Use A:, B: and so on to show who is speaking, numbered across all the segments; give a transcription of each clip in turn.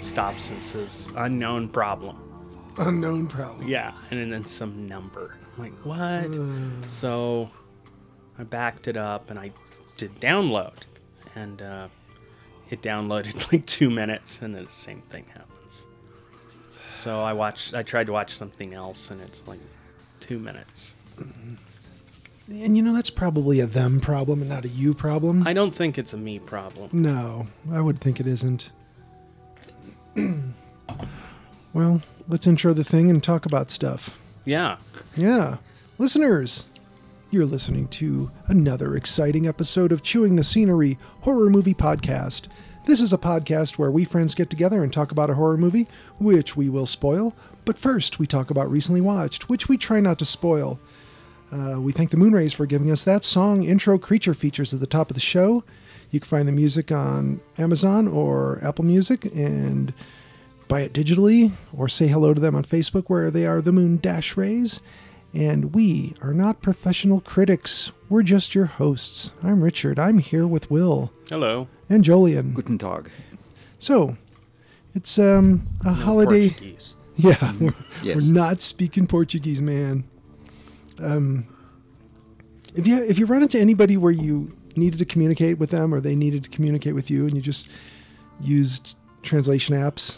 A: stops and says, unknown problem.
B: Unknown problem.
A: Yeah, and then some number. I'm like,
B: Hmm.
A: what? so I backed it up and I did download. And uh, it downloaded like two minutes, and then the same thing happens. So I watched, I tried to watch something else, and it's like two minutes.
B: And you know that's probably a them problem and not a you problem.
A: I don't think it's a me problem.
B: no, I would think it isn't. well, let's intro the thing and talk about stuff.
A: Yeah.
B: Yeah. Listeners, you're listening to another exciting episode of Chewing the Scenery Horror Movie Podcast. This is a podcast where we friends get together and talk about a horror movie, which we will spoil. But first, we talk about recently watched, which we try not to spoil. Uh, we thank the Moonrays for giving us that song intro creature features at the top of the show. You can find the music on Amazon or Apple Music and buy it digitally or say hello to them on Facebook where they are the Moon Dash Rays. And we are not professional critics. We're just your hosts. I'm Richard. I'm here with Will
A: Hello.
B: and Jolien.
C: Guten Tag.
B: So, it's um a
A: No
B: holiday.
A: Portuguese.
B: Yeah,
A: Mm-hmm.
B: we're,
C: yes.
B: we're not speaking Portuguese, man. Um, if you if you run into anybody where you needed to communicate with them or they needed to communicate with you, and you just used translation apps,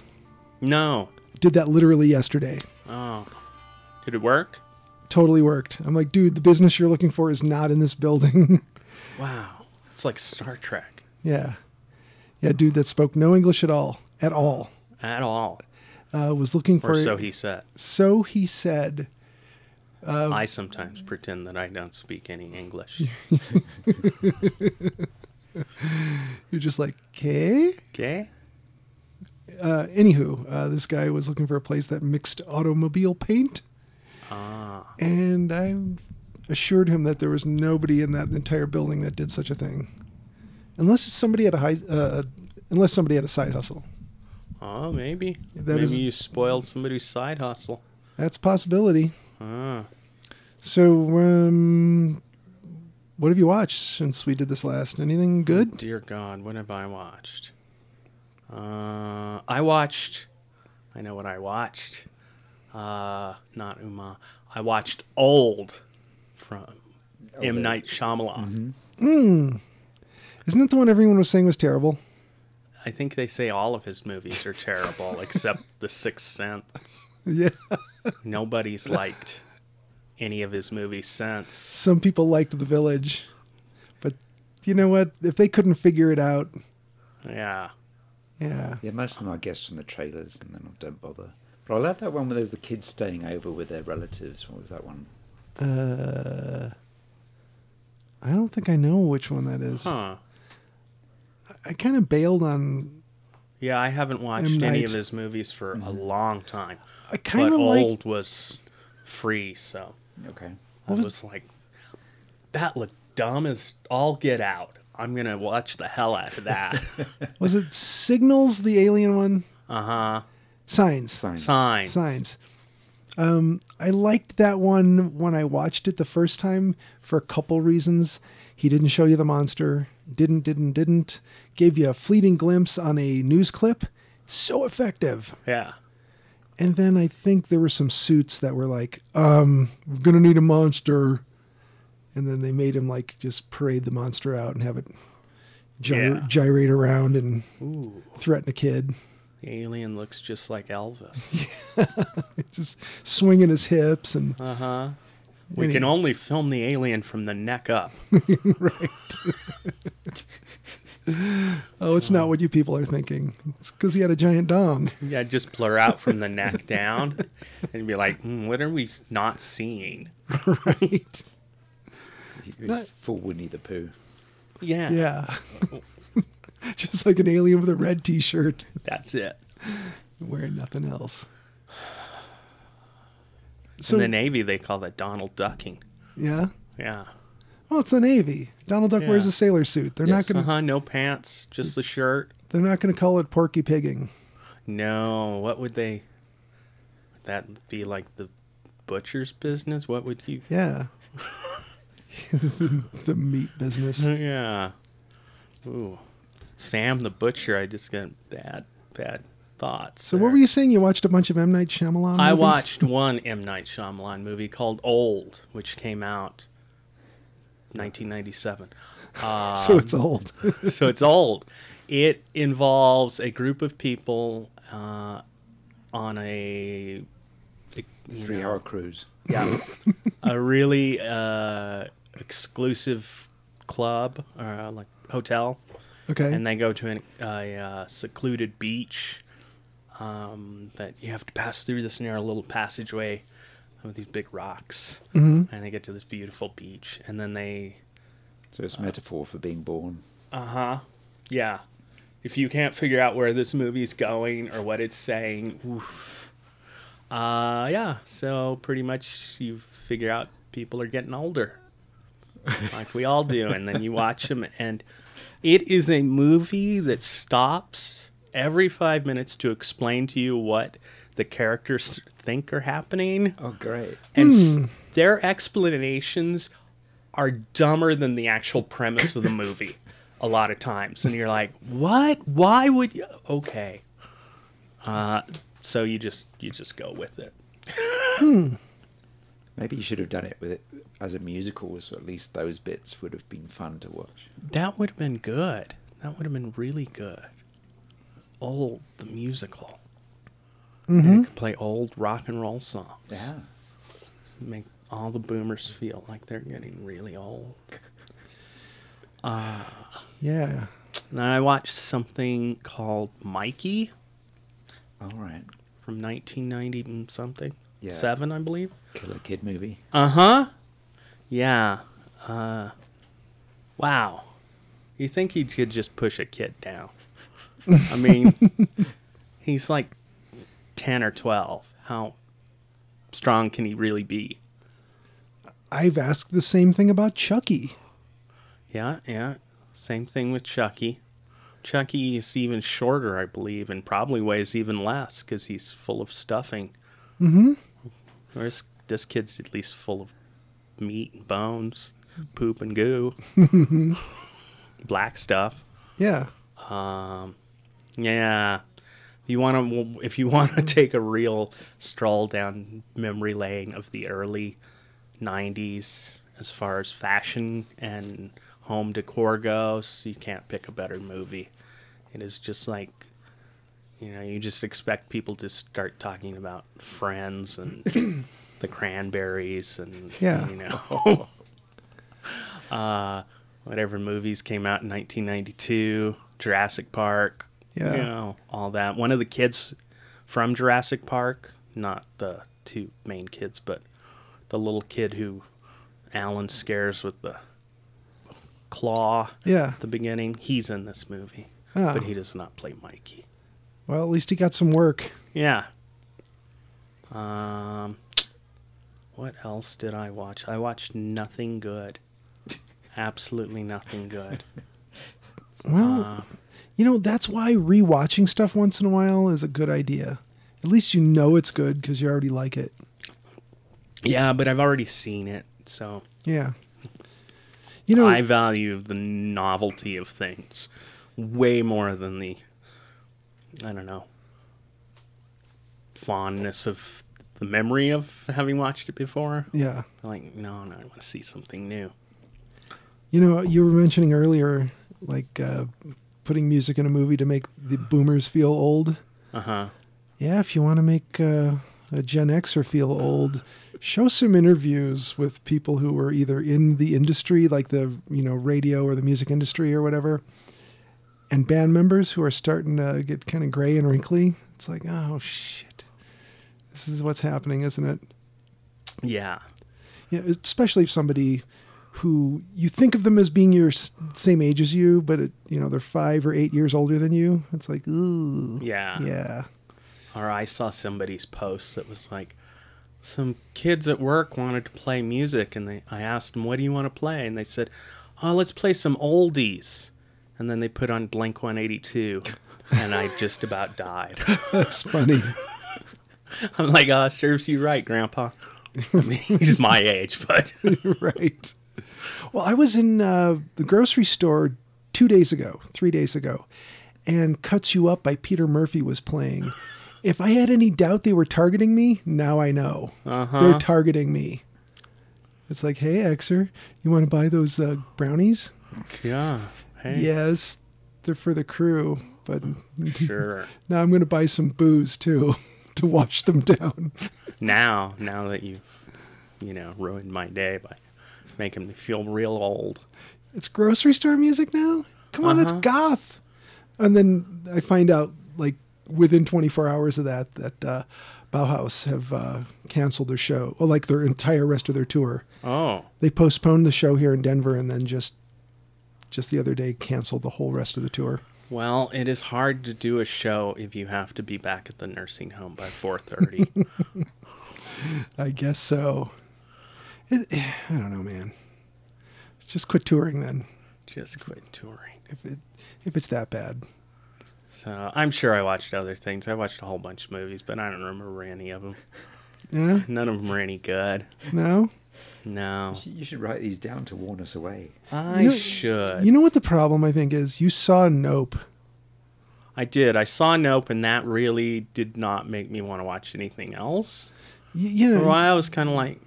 A: No.
B: did that literally yesterday.
A: Oh. Did it work?
B: Totally worked. I'm like, dude, the business you're looking for is not in this building.
A: Wow. It's like Star Trek
B: yeah, yeah, dude, that spoke no English at all, at all.
A: at all.
B: Uh, was looking for
A: Or so he said.
B: so he said.
A: I sometimes pretend that I don't speak any English.
B: You're just like, okay.
A: Okay?
B: uh, anywho, uh, this guy was looking for a place that mixed automobile paint,
A: Ah.
B: and I assured him that there was nobody in that entire building that did such a thing, unless it's somebody at a high, uh, unless somebody had a side hustle.
A: Oh, maybe.
B: That
A: maybe
B: is-
A: you spoiled somebody's side hustle.
B: That's a possibility.
A: Ah.
B: So, um, what have you watched since we did this last? Anything good?
A: Dear God, what have I watched? Uh, I watched. I know what I watched. Uh, not Uma. I watched Old from M. Night Shyamalan.
B: Mm-hmm. Isn't that the one everyone was saying was terrible?
A: I think they say all of his movies are terrible except The Sixth Sense.
B: Yeah,
A: Nobody's liked any of his movies since.
B: some people liked The Village, but you know what? If they couldn't figure it out,
A: Yeah.
B: yeah.
C: Yeah, most of them I guess from the trailers and then I don't bother. But I love that one where there's the kids staying over with their relatives. What was that one?
B: Uh, I don't think I know which one that is.
A: Huh.
B: I kind of bailed on.
A: Yeah, I haven't
B: M.
A: watched any
B: Night.
A: of his movies for a long time.
B: I
A: But
B: kind of like.
A: Old was free, so
C: Okay.
A: I was, like, that looked dumb as all get out. I'm going to watch the hell out of that.
B: Was it Signals, the alien one?
A: uh huh.
B: Signs.
C: Signs.
A: Sign.
B: Signs. Um, I liked that one when I watched it the first time for a couple reasons. He didn't show you the monster. Didn't, didn't, didn't. Gave you a fleeting glimpse on a news clip. So effective.
A: Yeah.
B: And then I think there were some suits that were like, um, we're gonna need a monster. And then they made him like just parade the monster out and have it gyr-
A: Yeah.
B: gyrate around and
A: Ooh.
B: threaten a kid.
A: The alien looks just like Elvis.
B: just swinging his hips and
A: Uh huh. We can only film the alien from the neck up.
B: oh, it's not what you people are thinking. It's because he had a giant dong.
A: Yeah, just blur out from the neck down and be like, "Hmm, what are we not seeing?
B: right.
C: He was
B: That-
C: full Winnie the Pooh.
A: Yeah,
B: Yeah. Just like an alien with a red t shirt
A: that's it.
B: wearing nothing else. So,
A: In the Navy, they call that Donald ducking.
B: yeah.
A: Yeah.
B: Well, Oh, it's the Navy. Donald Duck wears
A: Yeah.
B: a sailor suit. They're
C: Yes.
B: not
A: Uh
B: gonna.
A: huh. No pants, just the shirt.
B: They're not gonna call it porky pigging.
A: No, what would they? Would that be like the butcher's business? What would you?
B: Yeah. the meat business.
A: Mm-hmm. Yeah. Ooh, Sam the butcher. I just got bad, bad thoughts.
B: So what
A: there.
B: were you saying? You watched a bunch of M Night Shyamalan.
A: I
B: movies?
A: watched one M Night Shyamalan movie called Old, which came out 1997.
B: so it's
A: um,
B: old.
A: so it's old. It involves a group of people uh, on a you
C: Three
A: know,
C: hour cruise.
A: yeah, a really uh, exclusive club or uh, like hotel,
B: Okay.
A: and they go to an, a uh, secluded beach um, that you have to pass through this narrow little passageway with these big rocks, mm-hmm. and they get to this beautiful beach, and then they
C: So it's a metaphor for being born.
A: Uh huh. Yeah. If you can't figure out where this movie's going or what it's saying, oof. Uh, yeah. So pretty much you figure out people are getting older, like we all do, and then you watch them, and it is a movie that stops every five minutes to explain to you what the characters think are happening
C: Oh, great.
A: and s their explanations are dumber than the actual premise of the movie a lot of times and you're like what why would you okay uh, so you just you just go with it
C: Maybe you should have done it with it as a musical, so at least those bits would have been fun to watch.
A: that would have been good that would have been really good old the musical and it could play old rock and roll songs
C: Yeah.
A: make all the boomers feel like they're getting really old
B: yeah.
A: and i watched something called mikey
C: All right.
A: from 1990 and something.
C: Yeah.
A: Seven, I believe.
C: Killer Kid movie.
A: Uh huh. Yeah. Uh, wow. You think he could just push a kid down? I mean, he's like 10 or 12. How strong can he really be?
B: I've asked the same thing about Chucky.
A: Yeah, yeah. Same thing with Chucky. Chucky is even shorter, I believe, and probably weighs even less because he's full of stuffing. Mm-hmm. Whereas this kid's at least full of meat and bones, poop and goo, black stuff.
B: Yeah.
A: Yeah. You want to if you want to take a real stroll down memory lane of the early 90s as far as fashion and home decor goes, you can't pick a better movie. It is just like you know, you just expect people to start talking about friends and the cranberries and
B: Yeah.
A: you know. uh whatever movies came out in 1992, Jurassic Park,
B: Yeah.
A: you know, all that. One of the kids from Jurassic Park, not the two main kids, but the little kid who Alan scares with the claw
B: Yeah.
A: at the beginning, he's in this movie,
B: Oh.
A: but he does not play Mikey.
B: Well, at least he got some work.
A: Yeah. Um, what else did I watch? I watched nothing good. Absolutely nothing good.
B: Well,
A: Uh-huh.
B: you know, that's why rewatching stuff once in a while is a good idea. At least you know it's good because you already like it.
A: Yeah, but I've already seen it, so
B: Yeah. You know,
A: I value the novelty of things way more than the I don't know fondness of the memory of having watched it before.
B: yeah.
A: Like, no, no, I want to see something new.
B: You know, you were mentioning earlier, like uh, putting music in a movie to make the boomers feel old.
A: Uh huh.
B: Yeah, if you want to make uh, a Gen Xer feel old, show some interviews with people who were either in the industry, like the you know radio or the music industry or whatever, and band members who are starting to get kind of gray and wrinkly. It's like, oh shit, this is what's happening, isn't it?
A: Yeah.
B: You know, especially if somebody who you think of them as being your s- same age as you, but it, you know they're five or eight years older than you. It's like, ooh,
A: Yeah.
B: yeah.
A: Or I saw somebody's post that was like, some kids at work wanted to play music, and they I asked them, "What do you want to play?" And they said, "Oh, let's play some oldies." And then they put on Blink 182, and I just about died.
B: That's funny.
A: I'm like, "Ah, serves you right, Grandpa." I mean, he's my age, but
B: right. Well, I was in uh, the grocery store two days ago, three days ago, and Cuts You Up by Peter Murphy was playing. if I had any doubt they were targeting me, now I know.
A: Uh-huh.
B: They're targeting me. It's like, hey, Exer, you want to buy those uh, brownies?
A: yeah, hey,
B: Yes, they're for the crew, but
A: sure.
B: now I'm going to buy some booze too to wash them down.
A: Now, now that you've, you know, ruined my day by making me feel real old.
B: it's grocery store music now. Come on, that's
A: Uh-huh.
B: goth. And then I find out, like within 24 hours of that, that uh, Bauhaus have uh, canceled their show, well, like their entire rest of their tour.
A: Oh,
B: They postponed the show here in Denver, and then just just the other day canceled the whole rest of the tour.
A: Well, it is hard to do a show if you have to be back at the nursing home by 4:30.
B: I guess so. It, I don't know, man. Just quit touring then,
A: Just quit touring.
B: if it if it's that bad.
A: So I'm sure I watched other things. I watched a whole bunch of movies, but I don't remember any of them.
B: Yeah,
A: None of them were any good.
B: no.
A: No,
C: You should write these down to warn us away.
A: I
B: You know-
A: should.
B: You know what the problem I think is? You saw Nope.
A: I did. I saw Nope, and that really did not make me want to watch anything else.
B: You, you know,
A: For a while, I was kind of like,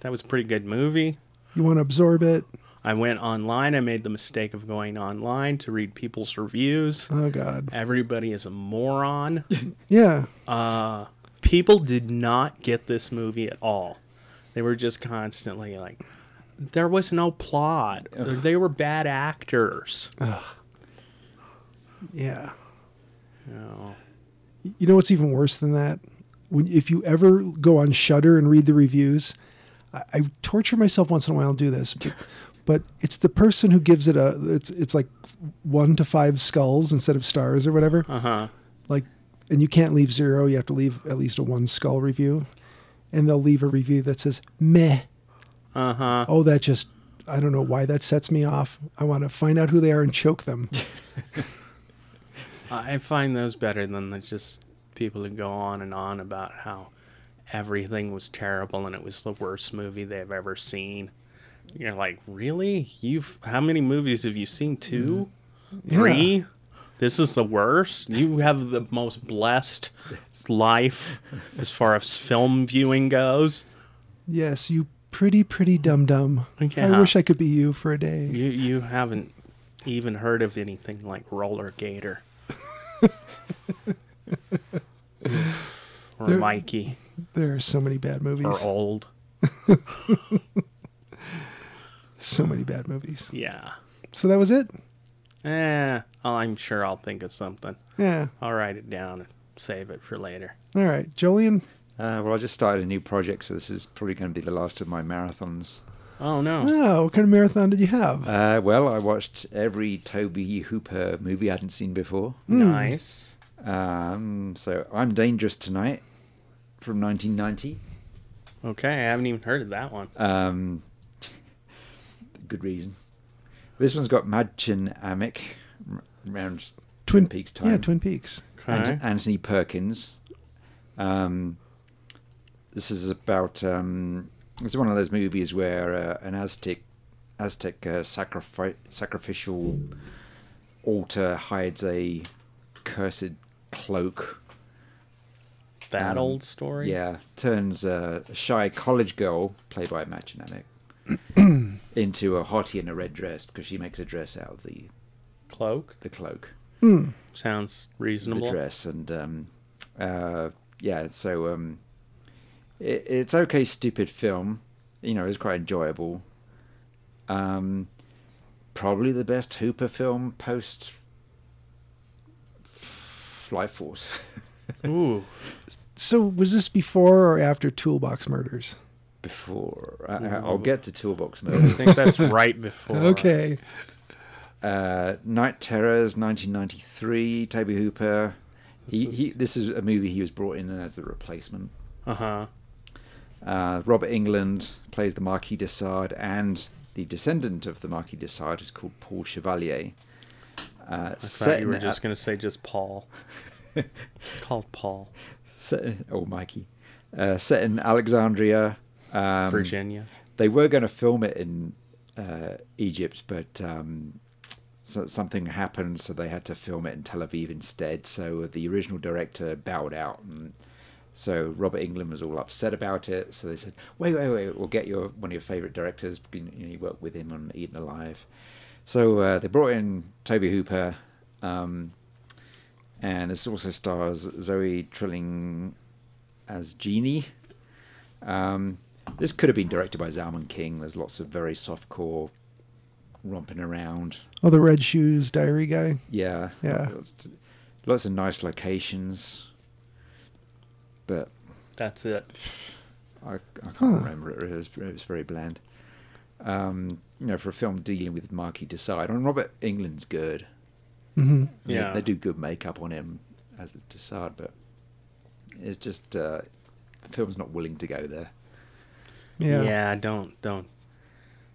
A: "That was a pretty good movie."
B: You want to absorb it.
A: I went online. I made the mistake of going online to read people's reviews.
B: Oh God.
A: Everybody is a moron.
B: Yeah.
A: uh, people did not get this movie at all. They were just constantly like, there was no plot. They were bad actors.
B: Yeah.
A: You know,
B: You know what's even worse than that? When if you ever go on Shudder and read the reviews, I, I torture myself once in a while to do this, but, but it's the person who gives it a it's it's like one to five skulls instead of stars or whatever.
A: Uh huh.
B: Like, and you can't leave zero. You have to leave at least a one skull review, and they'll leave a review that says meh.
A: Uh huh.
B: Oh, that just I don't know why that sets me off. I want to find out who they are and choke them.
A: I find those better than the just people who go on and on about how everything was terrible and it was the worst movie they've ever seen. You're like, really? You've how many movies have you seen? 2
B: Mm. Yeah.
A: Three? This is the worst. You have the most blessed life as far as film viewing goes.
B: Yes, you pretty, pretty dum dum. I
A: Yeah.
B: wish I could be you for a day.
A: You you haven't even heard of anything like Roller Gator. or
B: There-
A: Mikey.
B: There are so many bad movies.
A: Or old.
B: So many bad movies.
A: Yeah.
B: So that was it?
A: Eh, I'm sure I'll think of something.
B: Yeah.
A: I'll write it down and save it for later.
B: All right. Jolien,
C: Uh, well, I just started a new project, so this is probably going to be the last of my marathons.
A: Oh no.
B: oh, what kind of marathon did you have?
C: Uh, well, I watched every Toby Hooper movie I hadn't seen before.
B: Hmm.
A: Nice.
C: Um, so I'm Dangerous Tonight from 1990.
A: Okay, I haven't even heard of that one.
C: Um, good reason. This one's got Madchen Amick r- around Twin Peaks time.
B: Yeah, Twin Peaks.
C: and
A: Okay.
C: Anthony Perkins. Um, this is about. Um, this is one of those movies where uh, an Aztec Aztec uh, sacrifi- sacrificial altar hides a cursed cloak.
A: That
C: um,
A: old story?
C: Yeah, turns uh, a shy college girl, played by Matt Dynamic, into a hottie in a red dress because she makes a dress out of the,
A: Cloak?
C: the cloak.
A: Sounds
C: the
A: reasonable.
C: dress and um, uh, yeah so um, it, it's okay stupid film you know it's quite enjoyable um, probably the best Hooper film post Life Force.
A: Ooh.
B: So was this before or after Toolbox Murders?
C: Before I, I- I'll
A: Ooh.
C: get to Toolbox
A: I
C: Murders.
A: think that's right before.
B: Okay.
C: uh, Night Terrors, 1993. Toby Hooper. He, he, this is a movie he was brought in as the replacement.
A: Uh huh.
C: Uh, Robert England plays the Marquis de Sade, and the descendant of the Marquis de Sade is called Paul Chevalier. Uh,
A: I
C: set
A: thought you were
C: in-
A: just going to say just Paul. it's called Paul,
C: set in, oh Mikey, uh, set in Alexandria. Um,
A: Virginia.
C: They were going to film it in uh, Egypt, but um, so something happened, so they had to film it in Tel Aviv instead. So the original director bowed out, and so Robert England was all upset about it. So they said, "Wait, wait, wait! We'll get your one of your favorite directors. You, know, you work with him on Eaten Alive." So uh, they brought in Toby Hooper. Um, and this also stars Zoe Trilling as Jeannie. Um, this could have been directed by Zalman King. There's lots of very softcore romping around.
B: Oh, the Red Shoes Diary guy.
C: Yeah.
B: Yeah.
C: Lots, lots of nice locations. But
A: That's it.
C: I, I can't
B: Huh.
C: remember it. It was, it was very bland. Um, you know, for a film dealing with Marquis de Sade. I mean, Robert England's good.
B: Mm-hmm.
C: They-
A: Yeah.
C: They, do good makeup on him as the Tassad, but it's just uh, the film's not willing to go there.
B: Yeah.
A: Don't don't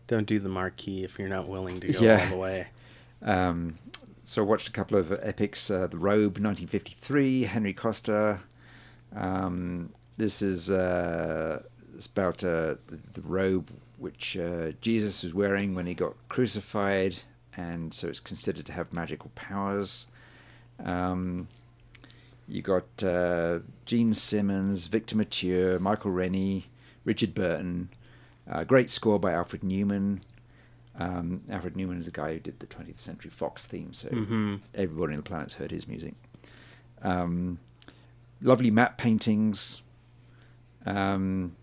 A: don't do the marquee if you're not willing to go
C: Yeah.
A: all the way.
C: Um, so I watched a couple of epics uh, The Robe, 1953, Henry Costa. Um, this is uh, it's about uh, the, the robe which uh, Jesus was wearing when he got crucified, and so it's considered to have magical powers. Um, you got uh, Gene Simmons, Victor Mature, Michael Rennie, Richard Burton. Uh, great score by Alfred Newman. Um, Alfred Newman is the guy who did the 20th Century Fox theme, so
A: Mm-hmm.
C: everybody on the planet's heard his music. Um, lovely map paintings. Um,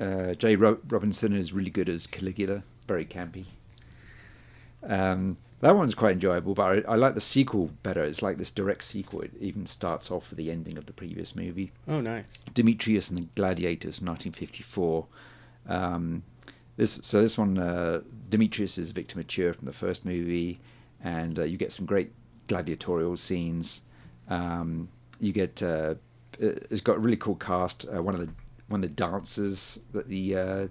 C: uh, Jay Ro- Robinson is really good as Caligula, very campy. Um, that one's quite enjoyable, but I, I like the sequel better. It's like this direct sequel. It even starts off with the ending of the previous movie.
A: Oh, nice.
C: Demetrius and the Gladiators, 1954. Um, this so this one, uh, Demetrius is Victor Mature from the first movie, and uh, you get some great gladiatorial scenes. Um, you get uh, it- it's got a really cool cast. Uh, one of the one of the dancers that the uh,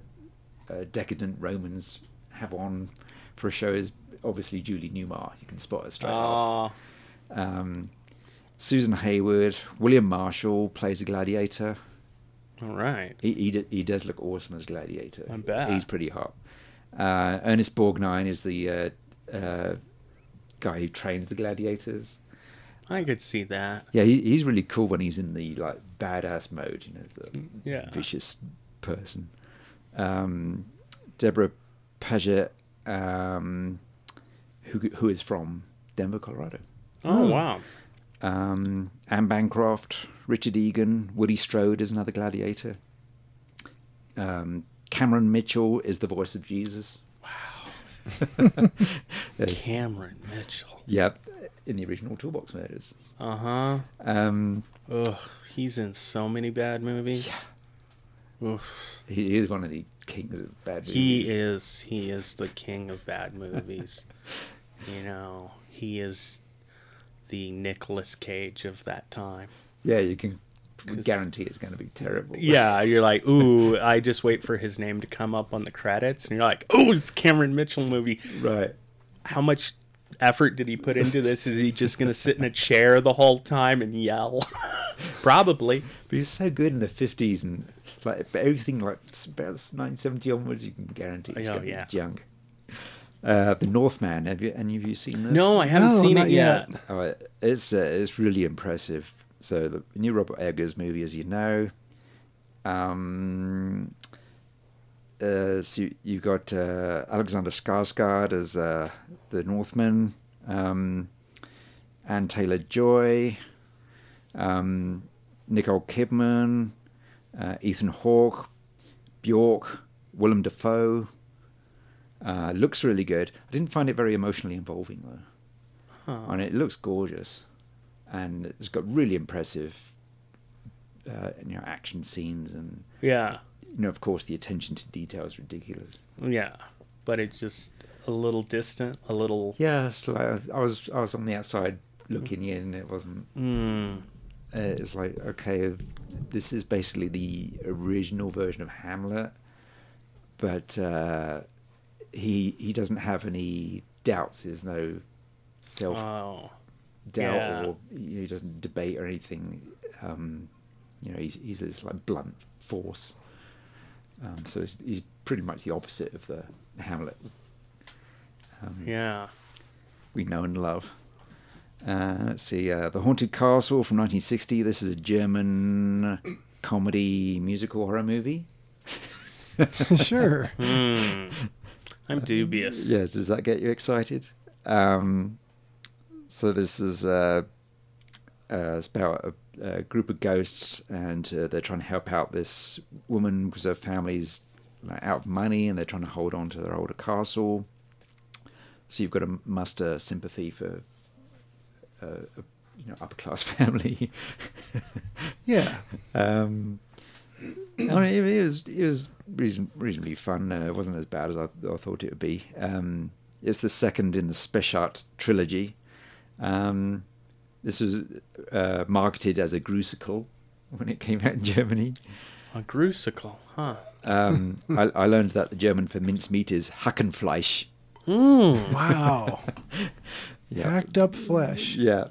C: uh, decadent Romans have on for a show is obviously Julie Newmar. You can spot her straight off.
A: Oh,
C: Um, Susan Hayward, William Marshall plays a gladiator.
A: all right.
C: He he, d- he does look awesome as gladiator.
A: I bet.
C: he's pretty hot. Uh, Ernest Borgnine is the uh, uh, guy who trains the gladiators.
A: I could see that.
C: Yeah, he, he's really cool when he's in the like badass mode. You know, the
A: Mm, Yeah.
C: vicious person. Um, Deborah Paget, um, who who is from Denver, Colorado.
A: Oh, wow.
C: Um, Anne Bancroft, Richard Egan, Woody Strode is another gladiator. Um, Cameron Mitchell is the voice of Jesus. Uh,
A: Cameron Mitchell.
C: Yep, in the original Toolbox Murders.
A: Uh huh.
C: Um,
A: Ugh. He's in so many bad movies. Oof.
C: he he is one of the kings of bad movies.
A: He is he is the king of bad movies. you know, he is the Nicolas Cage of that time.
C: Yeah, you can guarantee it's going to be terrible.
A: Yeah, you're like, ooh, I just wait for his name to come up on the credits, and you're like, oh, it's Cameron Mitchell movie.
C: right.
A: How much effort did he put into this? Is he just gonna sit in a chair the whole time and yell? Probably.
C: But he's so good in the fifties and like but everything like s- about nine seventy onwards, you can guarantee it's
A: Oh,
C: going to
A: yeah.
C: be junk. Uh, the Northman. Have you any of you seen this?
A: No, I haven't
B: No,
A: seen
B: not
A: it yet.
B: yet.
C: Oh, it- it's uh, it's really impressive. So the new Robert Eggers movie, as you know, um, uh, so you- you've got uh, Alexander Skarsgård as uh, the Northman, um, Anne Taylor Joy, um, Nicole Kidman, uh, Ethan Hawke, Bjork, Willem Dafoe, Uh, looks really good. I didn't find it very emotionally involving though,
A: Huh.
C: and it looks gorgeous, and it's got really impressive, uh, you know, action scenes, and
A: Yeah.
C: you know, of course, the attention to detail is ridiculous.
A: Yeah. But it's just a little distant, a little.
C: Yeah, it's like I was I was on the outside looking in. It wasn't.
A: Mm,
C: Uh, it's like okay, this is basically the original version of Hamlet, but uh, he he doesn't have any doubts. There's no self
A: oh.
C: doubt
A: yeah.
C: or he doesn't debate or anything. Um, you know, he's he's this like blunt force. Um, so he's, he's pretty much the opposite of the Hamlet
A: Yeah.
C: we know and love. Uh, let's see, uh, The Haunted Castle from 1960. This is a German comedy musical horror movie.
B: sure.
A: Mm. I'm
C: Uh,
A: dubious.
C: Yes, does that get you excited? Um, so this is uh, uh, it's about a, a group of ghosts, and uh, they're trying to help out this woman because her family's like, out of money, and they're trying to hold on to their older castle. So you've got to muster sympathy for uh, a you know upper class family.
B: Yeah.
C: Um, I mean, it, it was it was reason, reasonably fun. Uh, it wasn't as bad as I, I thought it would be. Um, it's the second in the Speshart trilogy. Um, this was uh, marketed as a Grusical when it came out in Germany.
A: A grusicle, huh?
C: Um, I, I learned that the German for mincemeat is Hackenfleisch. Hmm.
A: Mm.
B: Wow.
C: Yeah,
B: Hacked up flesh.
C: yeah.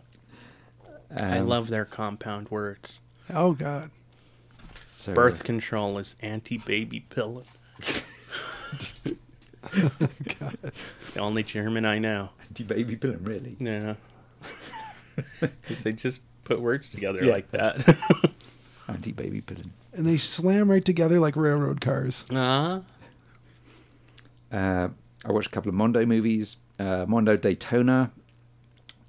A: I
C: Um,
A: love their compound words.
B: Oh God.
C: so-
A: Birth control is anti-baby pill. It's the only German I know.
C: anti-baby pillow, really.
A: Yeah. 'Cause they just put words together
C: Yeah.
A: like that.
C: Anti-baby pillow.
B: And they slam right together like railroad cars.
A: Ah.
C: Uh, I watched a couple of Mondo movies. Uh, Mondo Daytona.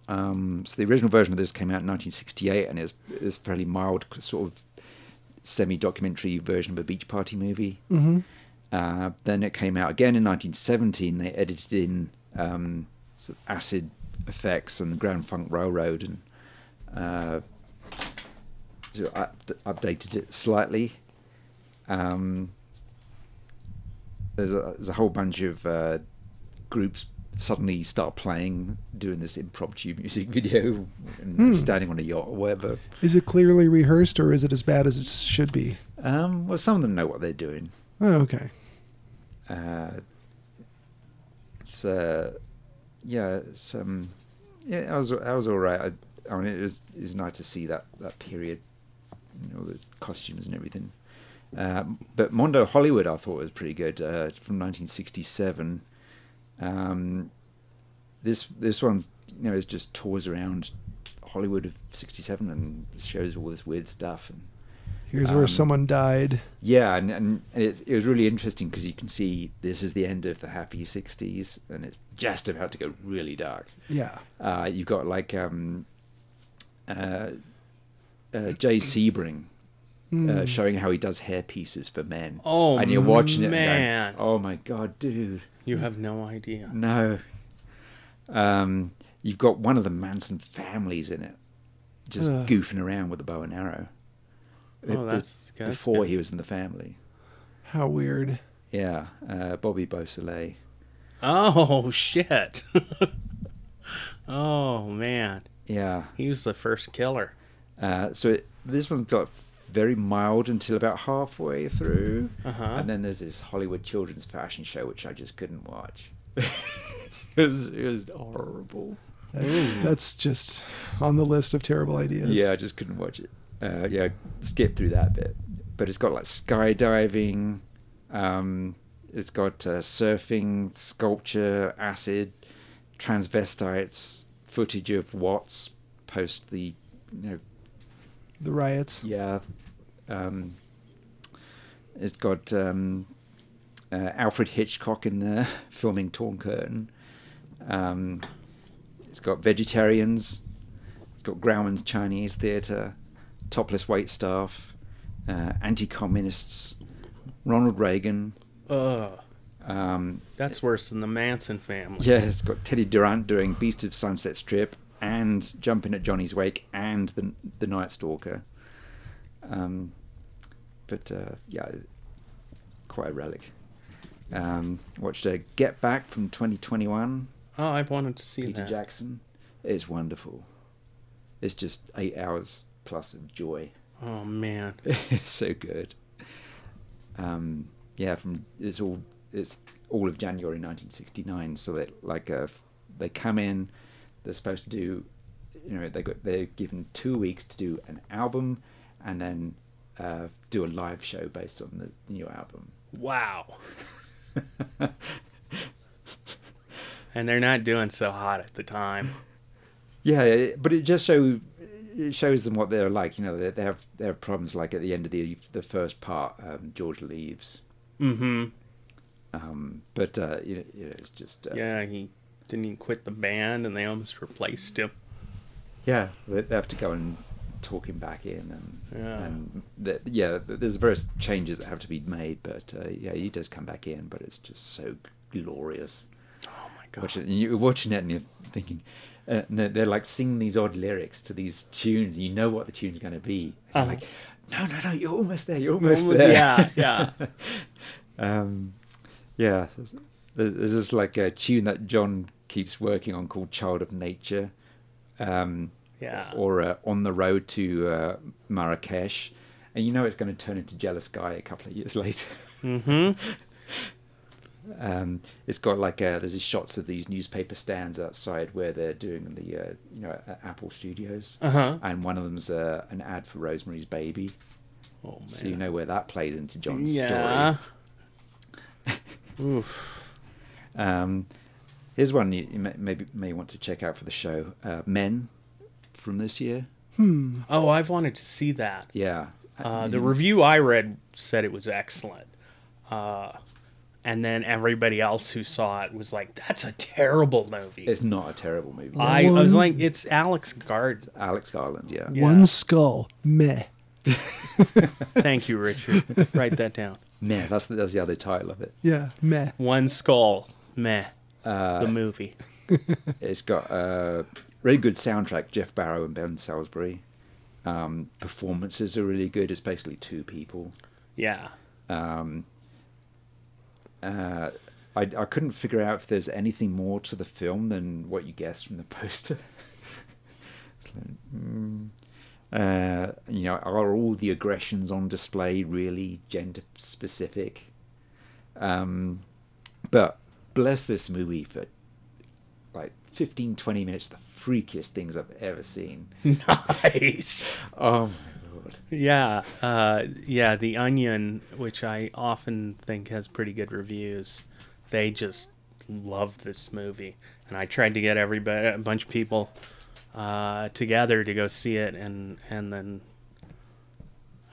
C: Um, so the original version of this came out in 1968, and it's it's a fairly mild sort of semi-documentary version of a beach party movie.
B: Mm-hmm.
C: Uh, then it came out again in 1917. They edited in um, sort of acid effects and Grand Funk Railroad, and uh, sort of up- updated it slightly. Um, there's, a, there's a whole bunch of uh, groups suddenly start playing, doing this impromptu music video, and standing on a yacht or whatever.
B: Is it clearly rehearsed or is it as bad as it should be?
C: Um, well, some of them know what they're doing.
B: Oh, okay.
C: uh, it's uh, yeah, it's um, yeah, I was I was all right. I, I mean, it was it was nice to see that that period, you know, the costumes and everything. Uh, but Mondo Hollywood, I thought was pretty good uh, from 1967. Um, this this one's you know it just tours around Hollywood of '67 and shows all this weird stuff and
B: Here's where
C: Um,
B: someone died.
C: yeah, and, and it's, it was really interesting because you can see this is the end of the happy 60s and it's just about to go really dark.
B: Yeah.
C: Uh, you've got like um, uh, uh, Jay Sebring uh, showing how he does hair pieces for men.
A: Hmm. Oh,
C: and you're watching it
A: man.
C: and going, oh my God, dude,
A: You have no idea.
C: no. Um, you've got one of the Manson families in it just
B: Ugh.
C: goofing around with a bow and arrow. Be-
A: Oh, that's good. that's
C: before
A: good.
C: he was in the family.
B: How weird.
C: Yeah, uh, Bobby Beausoleil.
A: Oh shit. oh man,
C: Yeah.
A: he was the first killer.
C: Uh, so it, this one's got very mild until about halfway through,
A: Uh huh.
C: and then there's this Hollywood children's fashion show which I just couldn't watch. it, was, it was horrible.
B: That's that's just on the list of terrible ideas.
C: Yeah, I just couldn't watch it. Uh, yeah, skip through that bit. But it's got like skydiving, um, it's got uh, surfing, sculpture, acid, transvestites, footage of Watts post the you know
B: The riots.
C: Yeah. Um, it's got um, uh, Alfred Hitchcock in there filming Torn Curtain. Um, it's got vegetarians. It's got Grauman's Chinese Theatre, topless wait staff, uh, anti communists, Ronald Reagan,
A: Ugh.
C: Um,
A: That's worse than the Manson family.
C: yeah, it's got Teddy Durant doing Beast of Sunset Strip and Jumping at Johnny's Wake and the the Night Stalker. Um, but uh, yeah, quite a relic. Um, watched a Get Back from 2021.
A: Oh, I've wanted to see
C: Peter
A: that.
C: Jackson. It's wonderful. It's just eight hours plus of joy.
A: Oh man.
C: It's so good. Um, yeah, from it's all it's all of January 1969. So they like uh, they come in, they're supposed to do, you know, they got they're given two weeks to do an album, and then uh, do a live show based on the new album.
A: Wow. and they're not doing so hot at the time.
C: Yeah, it- but it just show it shows them what they're like. You know, they, they have they have problems like at the end of the the first part, um, George leaves.
A: Mm-hmm.
C: Um, but uh, you know, you know, it's just uh,
A: Yeah, he didn't even quit the band, and they almost replaced him.
C: Yeah, they, they have to go and talk him back in, and
A: Yeah.
C: and th yeah, th- there's various changes that have to be made, but uh, yeah, he does come back in, but it's just so glorious.
A: Oh my god.
C: Watching and you're watching it and you're thinking, uh, and they're, they're like singing these odd lyrics to these tunes. You know what the tune's going to be. And you're
A: Uh-huh.
C: like, no, no, no, you're almost there. You're almost,
A: Almost-
C: there.
A: yeah, yeah.
C: um, yeah. there's- There's this like a tune that John keeps working on called "Child of Nature." Um,
A: Yeah.
C: or uh, on the road to uh, Marrakesh, and you know it's going to turn into Jealous Guy a couple of years later.
A: Mm-hmm.
C: Um, it's got like uh there's these shots of these newspaper stands outside where they're doing the uh, you know at Apple Studios,
A: Uh-huh.
C: and one of them's uh, an ad for Rosemary's Baby,
A: Oh man.
C: so you know where that plays into John's
A: yeah.
C: story.
A: Oof.
C: Um, here's one you, you may, maybe may want to check out for the show: uh, Men from this year.
A: Oh, I've wanted to see that.
C: Yeah,
A: Uh, the review I read said it was excellent. Uh, and then everybody else who saw it was like, that's a terrible movie.
C: it's not a terrible movie.
A: I, I was
B: One-
A: like, it's Alex Gard.
C: Alex Garland, yeah.
A: Yeah.
B: One skull. Meh.
A: Thank you, Richard. Write that down.
C: Meh, that's the, that's the other title of it.
B: Yeah, meh.
A: One Skull, meh.
C: Uh,
A: the movie.
C: It's got a really good soundtrack. Jeff Barrow and Ben Salisbury. Um, performances are really good. It's basically two people.
A: Yeah.
C: I, I couldn't figure out if there's anything more to the film than what you guessed from the poster. It's like, mm. uh, you know, are all the aggressions on display really gender specific? Um, but bless this movie for like 15, 20 minutes, the freakiest things I've ever seen.
A: Nice.
C: oh my lord.
A: Yeah. Uh, yeah. The Onion, which I often think has pretty good reviews, they just love this movie. And I tried to get everybody, a bunch of people uh, together to go see it. And, and then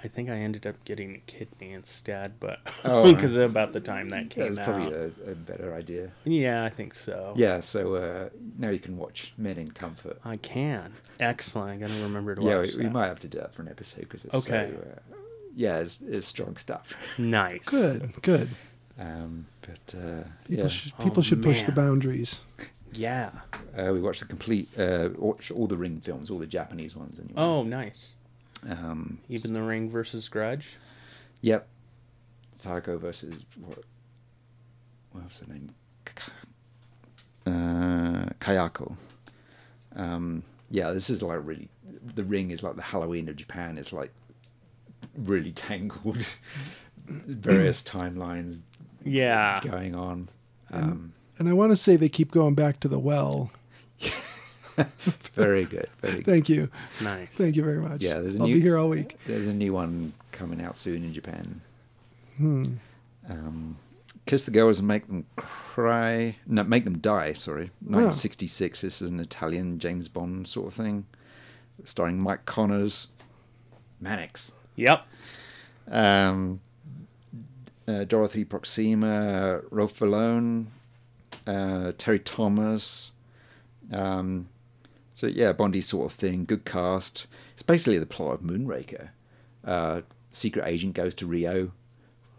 A: I think I ended up getting a kidney instead, but
C: Oh.
A: because about the time that
C: That
A: came
C: was
A: out.
C: probably a, a better idea.
A: Yeah, I think so.
C: Yeah, so uh, now you can watch Men in Comfort.
A: I can. Excellent. I'm gonna remember to watch.
C: Yeah, we, we
A: that.
C: might have to do that for an episode because it's
A: Okay.
C: so. Uh, yeah, it's, it's strong stuff.
A: Nice.
B: Good, good.
C: Um, but uh,
B: People,
C: yeah,
B: should,
A: Oh,
B: people should push the
A: man.
B: boundaries.
A: Yeah.
C: uh, we watched the complete, uh, watched all the Ring films, all the Japanese ones. Anyway.
A: Oh, nice.
C: um,
A: Even the Ring versus Grudge.
C: yep. Sargo versus what? What was the name? K- Uh, Kayako. Um, yeah, this is like really. The Ring is like the Halloween of Japan. It's like really tangled, various timelines,
A: Yeah.
C: going on.
B: And-
C: Um,
B: And I want to say they keep going back to the well.
C: very good. Very good.
B: Thank you.
A: Nice.
B: Thank you very much.
C: Yeah, there's a
B: I'll
C: new-
B: be here all week.
C: There's a new one coming out soon in Japan.
B: Hmm.
C: Um, Kiss the girls and make them cry. No, make them die. Sorry,
B: Oh.
C: 1966. This is an Italian James Bond sort of thing, starring Mike Connors, Mannix,
A: Yep.
C: um, uh, Dorothy Proxima, Rolf Vallone, uh, Terry Thomas. Um, so yeah, Bondy sort of thing. Good cast. It's basically the plot of Moonraker. Uh, secret agent goes to Rio,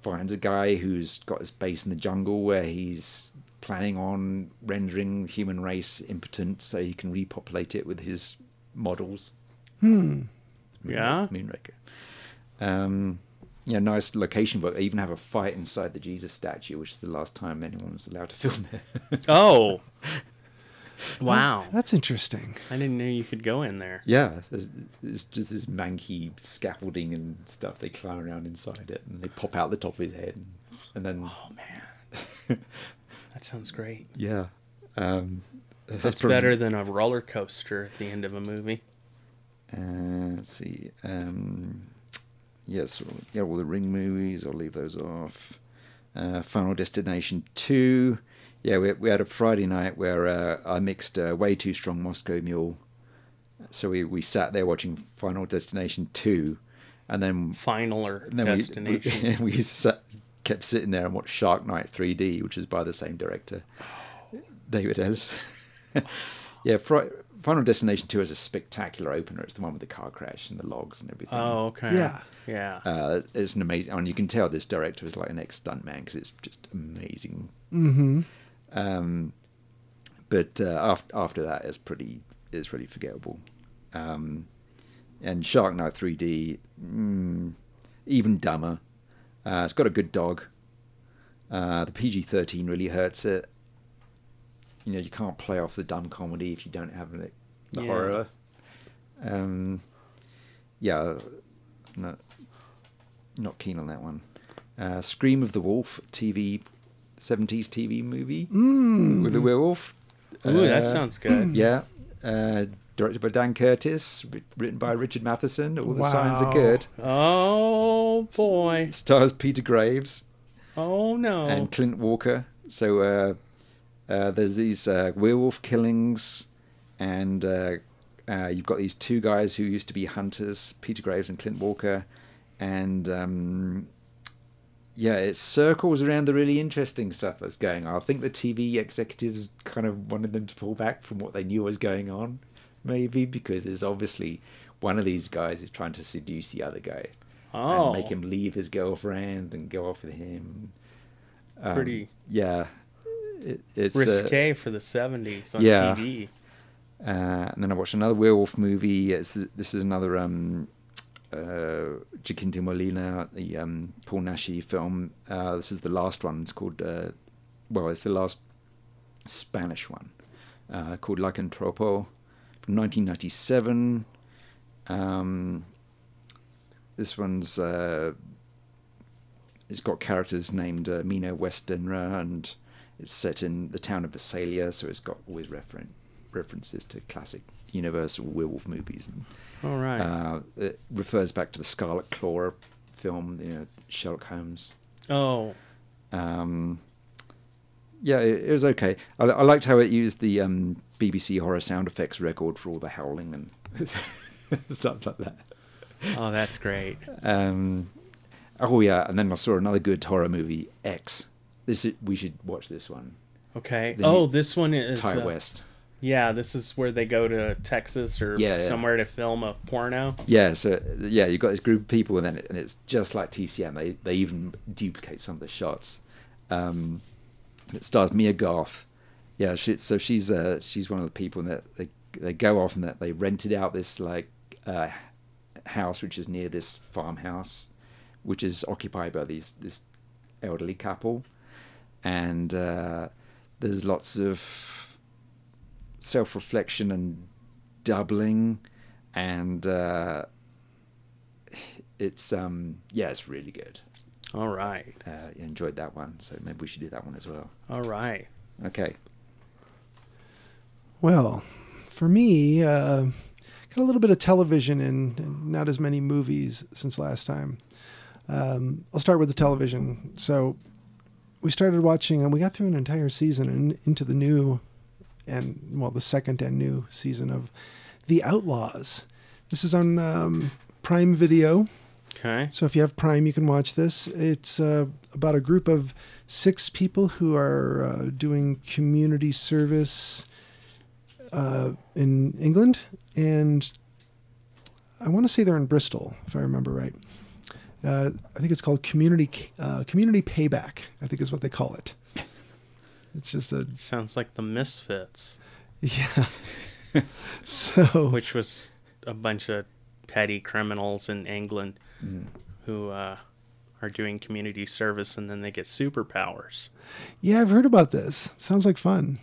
C: finds a guy who's got his base in the jungle where he's planning on rendering human race impotent so he can repopulate it with his models. Hmm.
A: Yeah.
C: Moonraker. Um, yeah, nice location, but they even have a fight inside the Jesus statue, which is the last time anyone was allowed to film there.
A: Oh. Wow.
B: That's interesting.
A: I didn't know you could go in there.
C: Yeah, there's, there's just this manky scaffolding and stuff. They climb around inside it, and they pop out the top of his head, and, and then
A: Oh man. that sounds great.
C: yeah, um, that's,
A: That's
C: probably-
A: better than a roller coaster at the end of a movie.
C: Uh, let's see. Um, yes, well, yeah, all the Ring movies. I'll leave those off. Uh, Final Destination Two. Yeah, we, we had a Friday night where uh, I mixed uh, way too strong Moscow Mule, so we, we sat there watching Final Destination Two, and then
A: Finaler
C: and then
A: destination.
C: we we, we sat, kept sitting there and watched Shark Night 3D, which is by the same director, David Ellis. yeah, Fri Final Destination 2 has a spectacular opener. It's the one with the car crash and the logs and everything.
A: oh, okay.
B: Yeah.
A: Yeah.
C: Uh, it's an amazing, and you can tell this director is like an ex stuntman because it's just amazing. Mm-hmm. Um, but uh, after after that, it's pretty it's really forgettable. Um, and Shark Night 3D, mm, even dumber. Uh, it's got a good dog. Uh, the PG 13 really hurts it. You know, you can't play off the dumb comedy if you don't have the, the
A: Yeah.
C: horror. Um, yeah, no, not keen on that one. Uh, Scream of the Wolf, TV, 70s TV movie with a werewolf.
A: Ooh, that
C: Uh,
A: sounds good.
C: Yeah. Uh, directed by Dan Curtis, writ- written by Richard Matheson. All the signs are
B: Wow.
C: good.
A: Oh boy.
C: Stars Peter Graves
A: Oh no.
C: and Clint Walker. So uh, uh, there's these uh, werewolf killings, and uh, uh, you've got these two guys who used to be hunters, Peter Graves and Clint Walker, and um, yeah, it circles around the really interesting stuff that's going on. I think the TV executives kind of wanted them to pull back from what they knew was going on, maybe because there's obviously one of these guys is trying to seduce the other guy
A: oh,
C: and make him leave his girlfriend and go off with him. Um,
A: pretty
C: yeah, it, it's uh,
A: risque for the 70s on
C: yeah.
A: TV.
C: uh, and then I watched another werewolf movie. It's, this is another um, uh, Jacinto Molina, the um, Paul Nashi film. Uh, this is the last one. It's called, uh, well, it's the last Spanish one uh, called Lycantropo from 1997. Um, this one's uh, it's got characters named uh, Mino Westenra and it's set in the town of Visalia, so it's got always referen references to classic Universal werewolf movies. And,
A: All right.
C: uh, it refers back to the Scarlet Claw film, you know, Sherlock Holmes.
A: oh,
C: Um, yeah, it, it was okay. I, I liked how it used the um, BBC horror sound effects record for all the howling and stuff like that.
A: oh, that's great.
C: Um, oh yeah, and then I saw another good horror movie, X. This is, we should watch this one.
A: Okay.
C: The
A: Oh, this one is
C: Ty
A: uh,
C: West.
A: Yeah, this is where they go to Texas or
C: Yeah, yeah.
A: somewhere to film a porno.
C: Yeah, so yeah, you've got this group of people, and then it, and it's just like TCM. They they even duplicate some of the shots. Um, it stars Mia Goth. Yeah, she, so she's uh, she's one of the people that they they go off and that they rented out this like uh, house which is near this farmhouse, which is occupied by these this elderly couple, and uh, there's lots of self reflection and doubling, and uh, it's um yeah, it's really good.
A: All right.
C: Uh, yeah, enjoyed that one, so maybe we should do that one as well.
A: All right.
C: Okay.
B: Well, for me, uh, got a little bit of television and, and not as many movies since last time. Um, I'll start with the television. So we started watching, and we got through an entire season and into the new, and well, the second and new season of The Outlaws. This is on um, Prime Video.
A: Okay.
B: So if you have Prime, you can watch this. It's uh, about a group of six people who are uh, doing community service uh, in England, and I want to say they're in Bristol, if I remember right. Uh, I think it's called community uh, community payback. I think is what they call it. It's just a
A: Sounds like the Misfits,
B: yeah. so
A: which was a bunch of petty criminals in England
B: Mm-hmm.
A: who uh, are doing community service and then they get superpowers.
B: yeah, I've heard about this. Sounds like fun.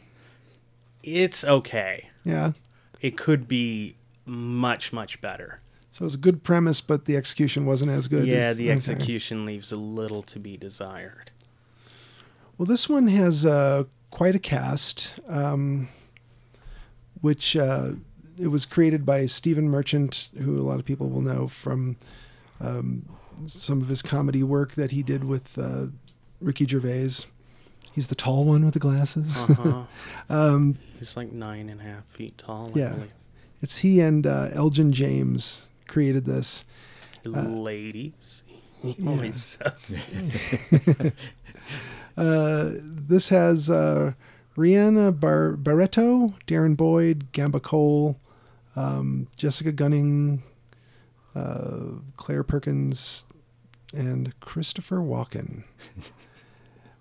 A: It's okay.
B: Yeah.
A: It could be much much better.
B: So it's a good premise, but the execution wasn't as good.
A: yeah,
B: as-
A: the
B: okay.
A: execution leaves a little to be desired.
B: Well, this one has uh, quite a cast, um, which uh, it was created by Stephen Merchant, who a lot of people will know from um, some of his comedy work that he did with uh, Ricky Gervais. He's the tall one with the glasses.
A: Uh huh. He's like nine and a half feet tall. I
B: Um, Yeah.
A: believe.
B: it's he and uh, Elgin James created this.
A: ladies. He always says.
B: Uh, this has uh, Rihanna Bar- Barreto, Darren Boyd, Gamba Cole, um, Jessica Gunning, uh, Claire Perkins, and Christopher Walken.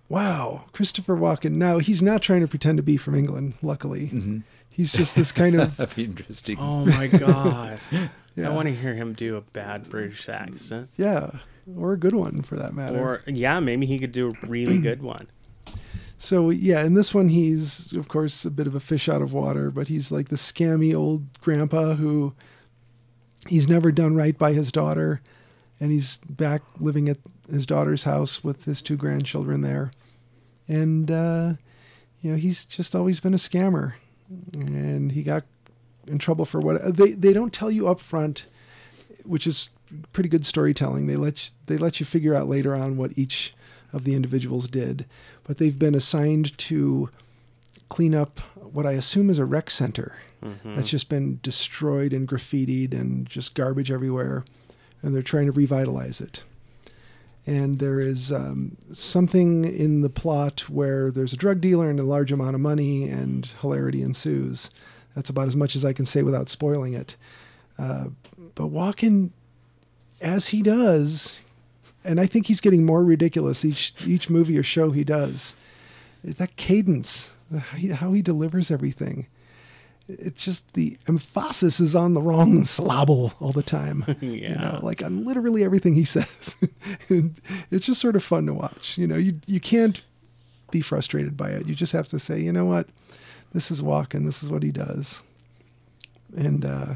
B: wow, Christopher Walken. Now, he's not trying to pretend to be from England, luckily. He's just this kind of.
C: That'd be interesting.
A: Oh my god! I
B: Yeah.
A: want to hear him do a bad British accent,
B: yeah, or a good one for that matter.
A: or yeah, maybe he could do a really good one.
B: So yeah, in this one he's of course a bit of a fish out of water, but he's like the scammy old grandpa who he's never done right by his daughter, and he's back living at his daughter's house with his two grandchildren there, and uh, you know he's just always been a scammer, and he got in trouble for what they they don't tell you up front, which is pretty good storytelling. They let you, they let you figure out later on what each of the individuals did, but they've been assigned to clean up what I assume is a rec center that's just been destroyed and graffitied and just garbage everywhere, and they're trying to revitalize it. And there is um, something in the plot where there's a drug dealer and a large amount of money, and hilarity ensues. That's about as much as I can say without spoiling it. Uh, but Walken, as he does, and I think he's getting more ridiculous each each movie or show he does. That cadence, how he, how he delivers everything, it's just the emphasis is on the wrong syllable all the time. you
A: Yeah.
B: know, like on literally everything he says. and it's just sort of fun to watch. You know, you you can't be frustrated by it. You just have to say, you know what, this is Walken. This is what he does, and uh,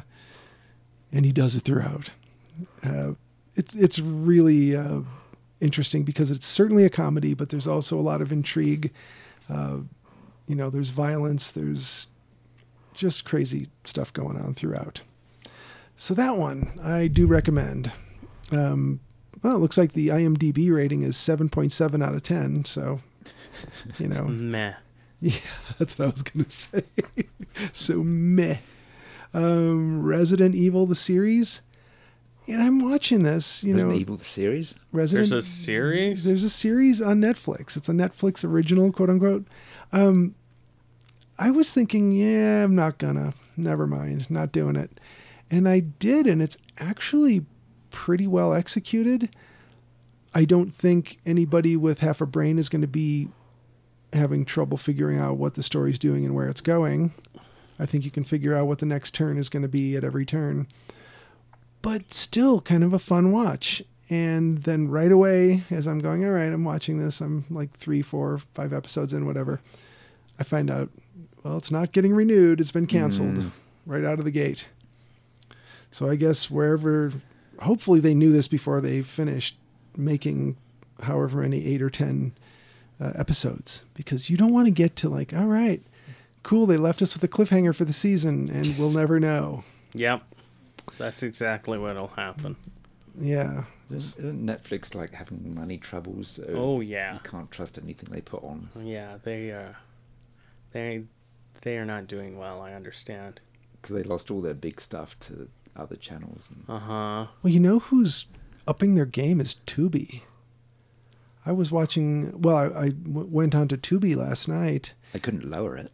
B: and he does it throughout uh, it's it's really uh, interesting because it's certainly a comedy, but there's also a lot of intrigue. Uh, you know, there's violence, there's just crazy stuff going on throughout. So that one I do recommend. Um, well, it looks like the IMDb rating is 7.7 out of 10, so you know.
A: Meh.
B: Yeah, that's what I was gonna say. so meh. Um, Resident Evil the series, and I'm watching this. You
C: Resident
B: know,
C: Evil the series.
B: Resident
A: There's a series.
B: there's a series on Netflix. It's a Netflix original, quote unquote. Um, I was thinking, yeah, I'm not gonna. Never mind, not doing it. And I did, and it's actually pretty well executed. I don't think anybody with half a brain is going to be having trouble figuring out what the story's doing and where it's going. I think you can figure out what the next turn is going to be at every turn but still kind of a fun watch. And then right away, as I'm going, all right, I'm watching this, I'm like three, four, five episodes in, whatever, I find out, well, it's not getting renewed. It's been canceled right out of the gate. So I guess wherever, hopefully they knew this before they finished making however many eight or 10 uh, episodes because you don't want to get to like, all right, cool, they left us with a cliffhanger for the season and we'll never know.
A: Yep. That's exactly what'll happen.
B: Yeah.
C: Isn't, isn't Netflix like having money troubles? So
A: Oh, yeah.
C: You can't trust anything they put on.
A: Yeah, they uh, they they are not doing well. I understand.
C: because they lost all their big stuff to other channels. And
A: Uh huh.
B: Well, you know who's upping their game is Tubi. I was watching. Well, I, I w- went onto Tubi last night.
C: they couldn't lower it.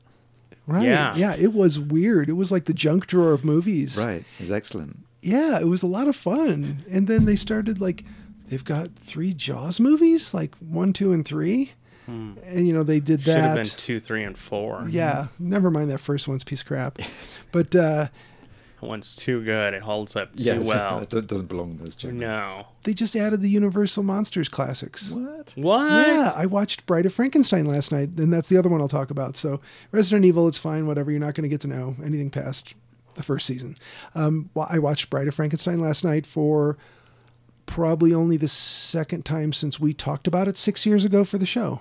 B: Right.
A: Yeah.
B: It was weird. It was like the junk drawer of movies.
C: Right, it was excellent.
B: Yeah. It was a lot of fun. And then they started like they've got three Jaws movies, like one, two, and three. And you know they did
A: Should
B: that.
A: have Hmm. been hmm. two, three, and four.
B: Yeah, never mind that first one's piece of crap. But uh,
A: That one's too good. It holds up too
C: it's-
A: well.
C: it do- doesn't belong in this genre.
A: No.
B: they just added the Universal Monsters classics.
C: What?
A: What?
B: Yeah, I watched Bride of Frankenstein last night, and that's the other one I'll talk about. So Resident Evil, it's fine, whatever. You're not going to get to know anything past the first season. Um, wa- I watched Bride of Frankenstein last night for probably only the second time since we talked about it six years ago for the show.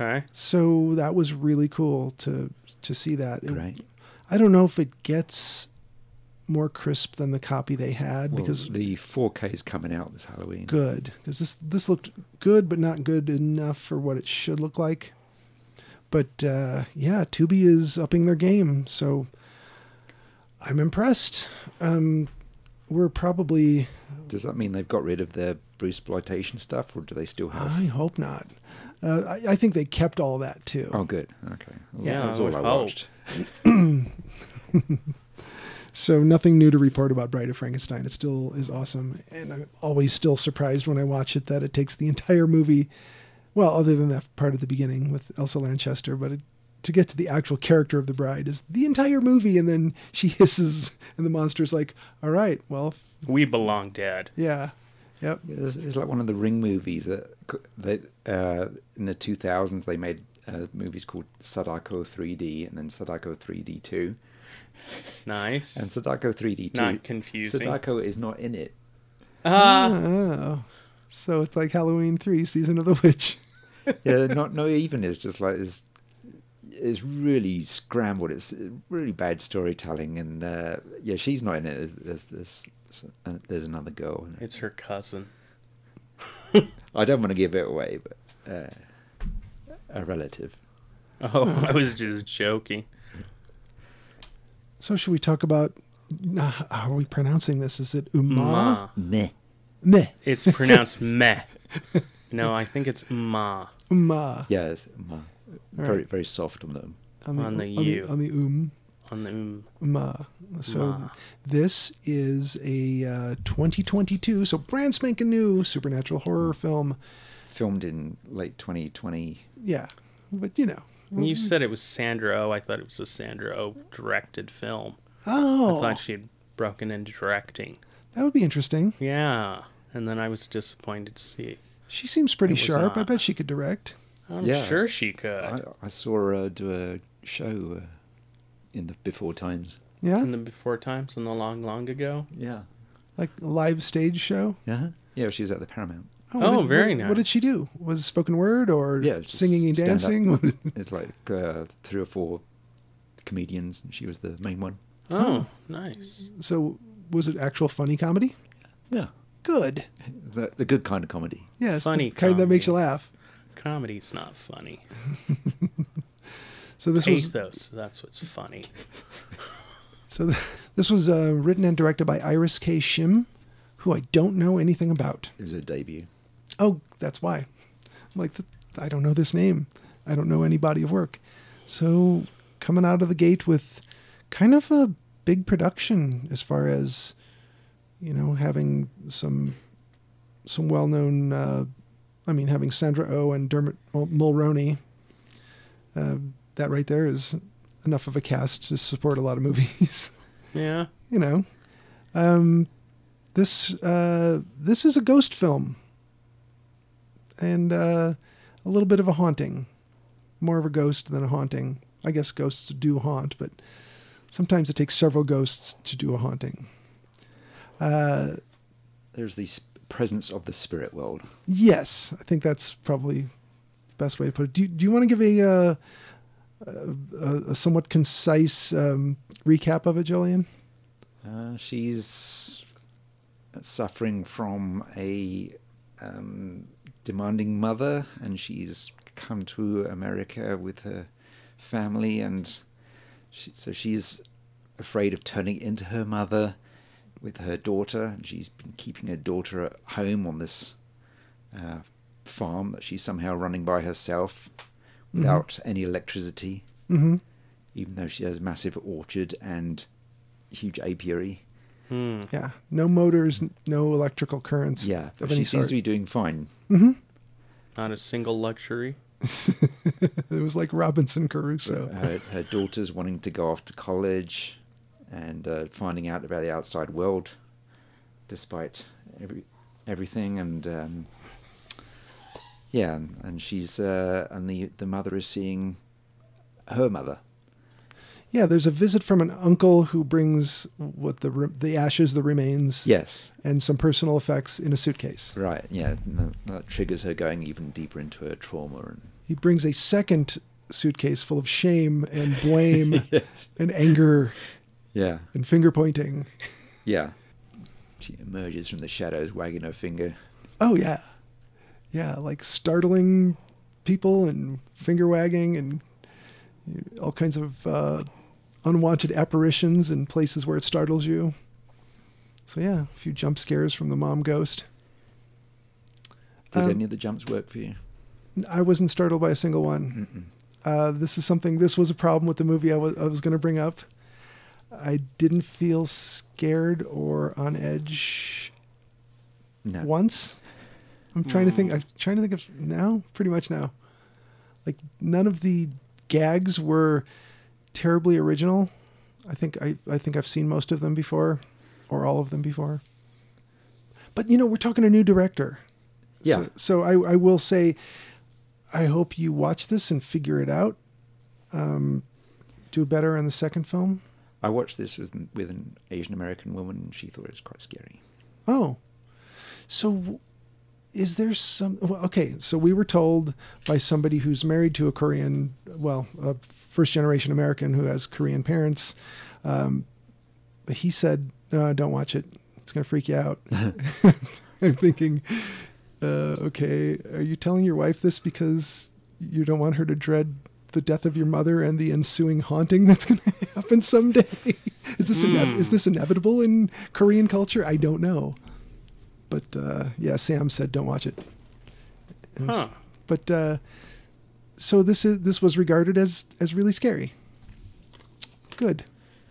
A: Okay.
B: So that was really cool to to see that. It-
C: Right.
B: I don't know if it gets more crisp than the copy they had
C: Well,
B: because
C: the 4K is coming out this Halloween.
B: good because this this looked good but not good enough for what it should look like. But uh, yeah, Tubi is upping their game, so I'm impressed. Um, we're probably
C: Does that mean they've got rid of their Bruce exploitation stuff, or do they still have?
B: I hope not. Uh, I, I think they kept all that too.
C: Oh, good. Okay. That's-
A: Yeah,
C: that's
A: I
C: all
A: would
C: I
A: hope.
C: watched.
B: So nothing new to report about Bride of Frankenstein. It still is awesome, and I'm always still surprised when I watch it that it takes the entire movie. Well, other than that part at the beginning with Elsa Lanchester, but it, to get to the actual character of the bride is the entire movie, and then she hisses, and the monster's like, "All right, well, f-
A: We belong dead.
B: yeah, yep,
C: Yeah, It's, it's like one of the Ring movies that c- they uh, in the 2000s they made uh, movies called Sadako 3D and then Sadako 3D 2.
A: Nice.
C: And Sadako 3D 2.
A: Not confusing.
C: Sadako is not in it.
A: Ah,
B: oh, so it's like Halloween three, season of the witch."
C: Yeah, not no even is just like it's it's really scrambled. It's really bad storytelling, and uh, yeah, she's not in it. There's there's, there's, uh, there's another girl. In it.
A: it's her cousin.
C: I don't want to give it away, but uh, a relative.
A: Oh, I was just joking.
B: So should we talk about? nah, How are we pronouncing this? Is it Uma?
A: Ma.
C: Meh.
B: Meh.
A: It's pronounced meh. No, I think it's ma.
B: Uma.
C: Yeah, it's ma. very
B: right.
C: very soft on them.
A: On the U.
B: On the um.
A: On the um.
B: Ma. So
A: Ma.
B: this is a uh, 2022, so brand spanking new supernatural horror film.
C: Filmed in late 2020.
B: Yeah, but you know.
A: When you said it was Sandra Oh, I thought it was a Sandra Oh directed film. I
B: Oh,
A: thought she had broken into directing.
B: that would be interesting.
A: Yeah. And then I was disappointed to see.
B: She seems pretty
A: It was uh,
B: sharp. I
A: not.
B: bet she could direct.
A: I'm
C: Yeah.
A: sure she could.
C: I, I saw her uh, do a show uh, in the before times.
B: Yeah,
A: in the before times in the long, long ago.
C: Yeah.
B: like a live stage show.
C: Yeah. Yeah, she was at the Paramount.
B: what
A: Oh,
B: did-
A: very
B: what,
A: nice.
B: What did she do? Was it spoken word or
C: Yeah, just
B: singing and
C: stand up.
B: dancing?
C: It's like uh, three or four comedians, and she was the main one.
A: Oh, nice.
B: so was it actual funny comedy?
C: Yeah.
B: Good.
C: The, the good kind of comedy.
B: Yes, it's
A: Funny
B: the kind that makes
A: comedy.
B: you laugh.
A: Comedy's not funny.
B: So this was
A: Pathos, that's what's funny.
B: So th- this was uh, written and directed by Iris K. Shim, who I don't know anything about.
C: It was her debut.
B: Oh, that's why. I'm like, th- I don't know this name. I don't know any body of work. So coming out of the gate with kind of a big production as far as you know having some some well-known uh, I mean having Sandra O oh and Dermot Mul- Mulroney uh, that right there is enough of a cast to support a lot of movies
A: Yeah.
B: you know, um, this uh, this is a ghost film, and uh, a little bit of a haunting, more of a ghost than a haunting. I guess ghosts do haunt, but sometimes it takes several ghosts to do a haunting. Uh,
C: There's the sp- presence of the spirit world.
B: yes, I think that's probably best way to put it. Do, do you want to give a, uh, a, a somewhat concise um, recap of it, Jillian?
C: Uh, she's suffering from a um, demanding mother, and she's come to America with her family, and she, so she's afraid of turning into her mother with her daughter, and she's been keeping her daughter at home on this uh, farm that she's somehow running by herself without any electricity Mm.
B: Mm-hmm.
C: even though she has massive orchard and huge apiary.
B: Yeah, no motors, n- no electrical currents.
C: Yeah,
B: of
C: she
B: any
C: seems
B: sort.
C: to be doing fine.
A: Not a single luxury.
B: it was like Robinson Crusoe.
C: Her, Uh, her daughter's wanting to go off to college and uh, finding out about the outside world, despite every everything. And um, yeah, and- and she's uh, and the the mother is seeing her mother.
B: Yeah, there's a visit from an uncle who brings what the re- the ashes, the remains,
C: Yes,
B: and some personal effects in a suitcase.
C: right. Yeah, and that, that triggers her going even deeper into her trauma. And
B: He brings a second suitcase full of shame and blame
C: yes,
B: and anger
C: yeah,
B: and finger pointing.
C: yeah. She emerges from the shadows, wagging her finger.
B: Oh yeah, yeah, like startling people and finger wagging and all kinds of uh, unwanted apparitions in places where it startles you. So yeah, a few jump scares from the mom ghost.
C: Did
B: Um,
C: any of the jumps work for you?
B: I wasn't startled by a single one. Uh, this is something. This was a problem with the movie I was I was going to bring up. I didn't feel scared or on edge
C: No. Mm.
B: once. I'm trying to think. I'm trying to think of now. Pretty much now. Like none of the gags were terribly original. I think I, I think I've seen most of them before, or all of them before. But you know, we're talking a new director.
C: Yeah.
B: So, so I, I will say, I hope you watch this and figure it out. Um, do better on the second film.
C: I watched this with with an Asian American woman, and she thought it was quite scary.
B: Oh, so w- is there some? Well, okay, so we were told by somebody who's married to a Korean, well, a first generation American who has Korean parents. Um, he said, "No, don't watch it. It's going to freak you out." I'm thinking, uh, okay, are you telling your wife this because you don't want her to dread? The death of your mother and the ensuing haunting that's going to happen someday. is this ine- is this inevitable in Korean culture? I don't know but uh, yeah, Sam said don't watch it. And s-
A: Huh.
B: But uh, so this is this was regarded as as really scary. Good,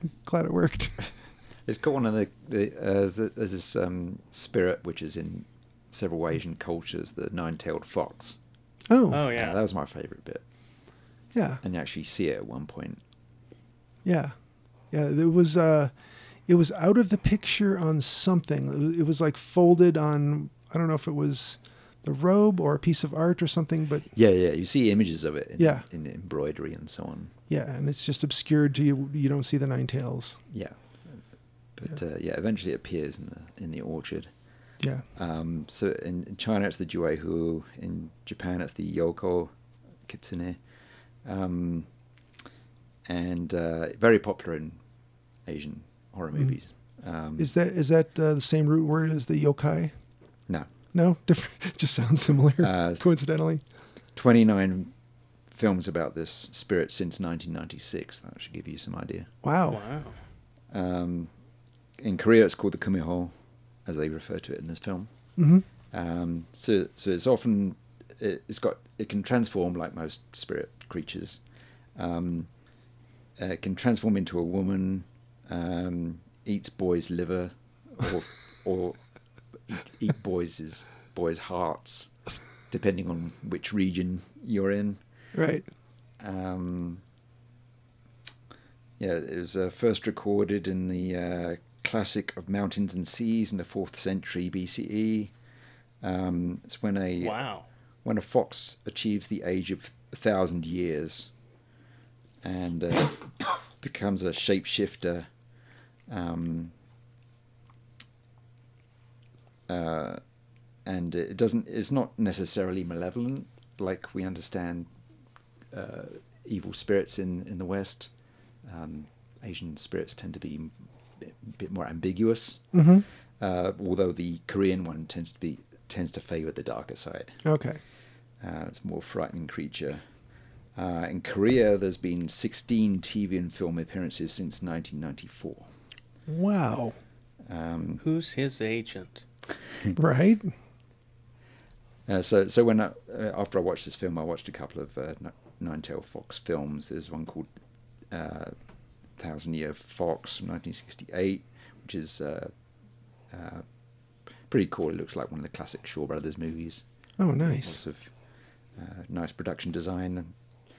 B: I'm glad it worked.
C: It's got one of the, the uh, th- there's this um, spirit which is in several Asian cultures, the nine-tailed fox.
B: Oh,
A: Oh
C: Uh, that
A: yeah.
C: was my favourite bit,
B: yeah,
C: and you actually see it at one point.
B: yeah, yeah. It was uh, it was out of the picture on something. It was, it was like folded on. I don't know if it was the robe or a piece of art or something, but
C: Yeah, yeah, you see images of it. In,
B: Yeah.
C: in embroidery and so on.
B: yeah, and it's just obscured to you. You don't see the nine tails.
C: Yeah, but Uh, yeah, eventually it appears in the in the orchard.
B: Yeah,
C: Um, so in, in China it's the Juehu, in Japan it's the Yoko Kitsune, um, and uh, very popular in Asian horror movies. Um,
B: is that is that uh, the same root word as the yokai?
C: no,
B: No, different. Just sounds similar.
C: Uh,
B: coincidentally,
C: 29 films about this spirit since 1996. That should give you some idea.
B: wow.
A: Wow.
C: Um, in Korea it's called the Kumiho, as they refer to it in this film.
B: hmm
C: Um, so, so it's often it, it's got it can transform like most spirit creatures. Um, uh, it can transform into a woman, um, eats boys' liver, or or eat, eat boys' boys' hearts, depending on which region you're in.
B: Right.
C: Um, yeah, it was uh, first recorded in the uh, Classic of Mountains and Seas in the fourth century BCE. Um, it's when a
A: Wow.
C: when a fox achieves the age of a thousand years and uh, becomes a shapeshifter. Um, uh, and it doesn't. It's not necessarily malevolent, like we understand uh, evil spirits in in the West. Um, Asian spirits tend to be a bit more ambiguous,
B: hmm
C: uh, although the Korean one tends to be tends to favour the darker side.
B: Okay.
C: Uh, it's a more frightening creature. Uh, in Korea, there's been 16 TV and film appearances since 1994.
B: Wow.
C: Um,
A: Who's his agent?
B: right.
C: uh, so, so when I, uh, after I watched this film, I watched a couple of uh, Nine Tail Fox films. There's one called uh, Thousand Year Fox from 1968, which which is uh, uh, pretty cool. It looks like one of the classic Shaw Brothers movies.
B: Oh, nice.
C: Lots of uh, nice production design and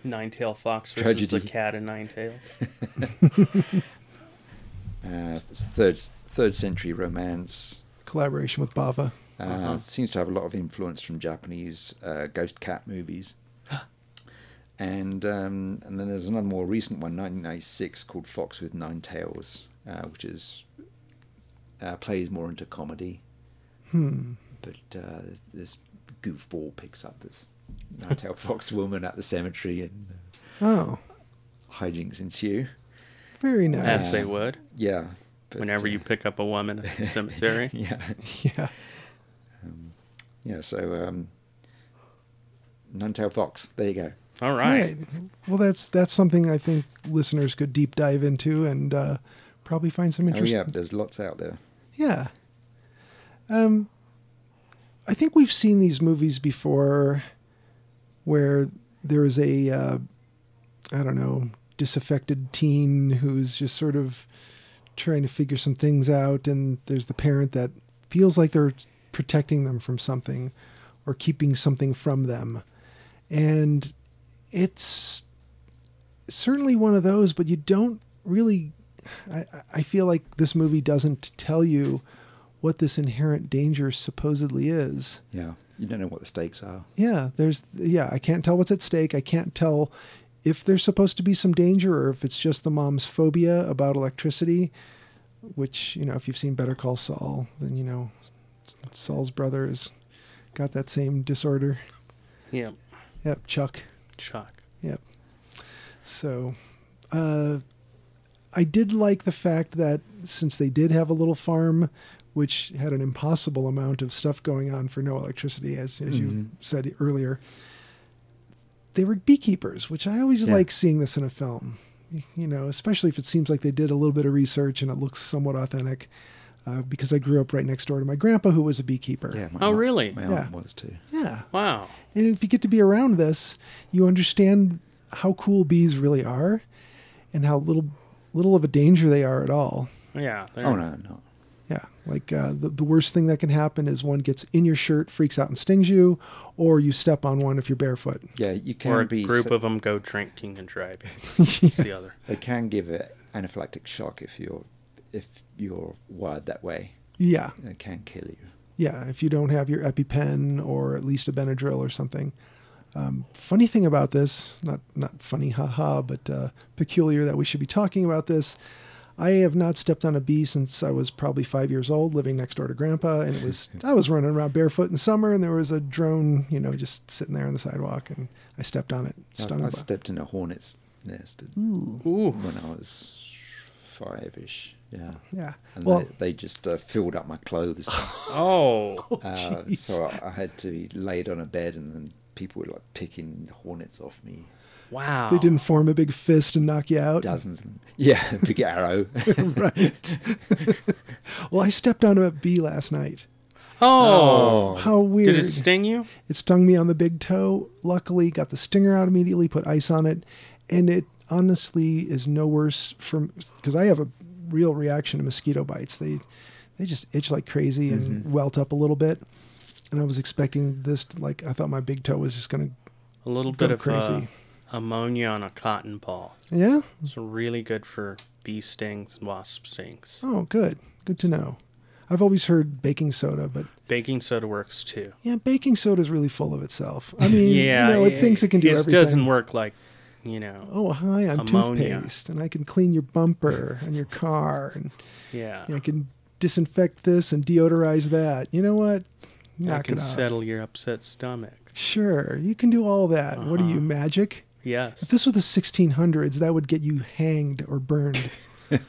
A: Nine Tail Fox versus the
C: Tragedy.
A: Cat and Nine Tails.
C: uh, it's third third century romance.
B: Collaboration with Bava.
C: Uh,
A: Uh-huh.
C: Seems to have a lot of influence from Japanese uh, ghost cat movies. and um, and then there's another more recent one, 1996, called Fox with Nine Tails, uh, which is uh, plays more into comedy. Hmm. But uh, this, this goofball picks up this nine-tailed fox woman at the cemetery, and
B: Oh,
C: uh, hijinks ensue.
B: very nice.
A: As they would.
C: Yeah. but,
A: Whenever
C: uh,
A: you pick up a woman at the cemetery.
C: yeah.
B: Yeah.
C: Yeah, so um, Nuntail Fox. There you go. Oh,
A: All
B: All
A: right.
B: right. Well, that's that's something I think listeners could deep dive into and uh, probably find some
C: Oh
B: interesting.
C: yeah, there's lots out there.
B: Yeah. Um, I think we've seen these movies before, where there is a, uh, I don't know, disaffected teen who's just sort of trying to figure some things out, and there's the parent that feels like they're protecting them from something, or keeping something from them, and it's certainly one of those, but you don't really I, I feel like this movie doesn't tell you what this inherent danger supposedly is.
C: Yeah, you don't know what the stakes are.
B: Yeah, there's yeah, I can't tell what's at stake. I can't tell if there's supposed to be some danger or if it's just the mom's phobia about electricity, which, you know, if you've seen Better Call Saul, then you know Saul's brother has got that same disorder.
A: Yeah.
B: Yep, Chuck.
A: Chuck.
B: Yep. So, uh, I did like the fact that since they did have a little farm, which had an impossible amount of stuff going on for no electricity, as, as
C: Mm-hmm.
B: you said earlier, they were beekeepers, which I always
C: Yeah.
B: like seeing this in a film. You know, especially if it seems like they did a little bit of research and it looks somewhat authentic. Uh, because I grew up right next door to my grandpa, who was a beekeeper.
C: Yeah. my
A: Oh,
C: aunt-
A: really?
C: My aunt
B: Yeah.
C: was too.
B: yeah.
A: Wow.
B: And if you get to be around this, you understand how cool bees really are and how little little of a danger they are at all.
A: Yeah. they're-
C: Oh no, no.
B: Yeah, like uh, the, the worst thing that can happen is one gets in your shirt, freaks out, and stings you, or you step on one if you're barefoot.
C: Yeah, you can
A: Or a
C: be.
A: group
C: so-
A: of them go drinking and driving. It's the other.
C: They can give it anaphylactic shock if you're if you're wired that way.
B: Yeah,
C: It can kill you.
B: yeah, if you don't have your EpiPen or at least a Benadryl or something. Um, funny thing about this, not not funny, haha, but uh, peculiar that we should be talking about this. I have not stepped on a bee since I was probably five years old, living next door to Grandpa, and it was I was running around barefoot in summer, and there was a drone, you know, just sitting there on the sidewalk, and I stepped on it, stung
C: I, I
B: by.
C: stepped in a hornet's nest at-
A: Ooh.
C: when I was five-ish. Yeah.
B: yeah,
C: And
B: well,
C: they, they just uh, filled up my clothes.
A: Oh.
C: Uh,
B: Jeez.
C: so I, I had to be laid on a bed, and then people were like picking hornets off me.
A: Wow.
B: they didn't form a big fist and knock you out.
C: Dozens. And, yeah, big arrow.
B: right. well, I stepped on a bee last night.
A: Oh.
B: How weird!
A: Did it sting you?
B: It stung me on the big toe. Luckily, got the stinger out immediately, put ice on it, and it honestly is no worse from because I have a real reaction to mosquito bites. They they just itch like crazy and
A: Mm-hmm.
B: welt up a little bit. And I was expecting this to, like I thought my big toe was just gonna
A: A little
B: Go
A: bit of uh,
B: crazy.
A: ammonia on a cotton ball.
B: yeah.
A: It's really good for bee stings and wasp stings.
B: Oh, good, good to know. I've always heard baking soda, but
A: Baking soda works too.
B: yeah, baking soda is really full of itself. I mean,
A: Yeah.
B: you know, it thinks it can do
A: It
B: everything.
A: doesn't work like, you know.
B: Oh, hi, I'm
A: Ammonia.
B: toothpaste, and I can clean your bumper and your car, and
A: Yeah.
B: I can disinfect this and deodorize that. You know what? Knock
A: I can
B: it off.
A: settle your upset stomach.
B: Sure, you can do all that. What
A: Uh-huh.
B: are you, magic? If
A: Yes.
B: this was the 1600s, that would get you hanged or burned.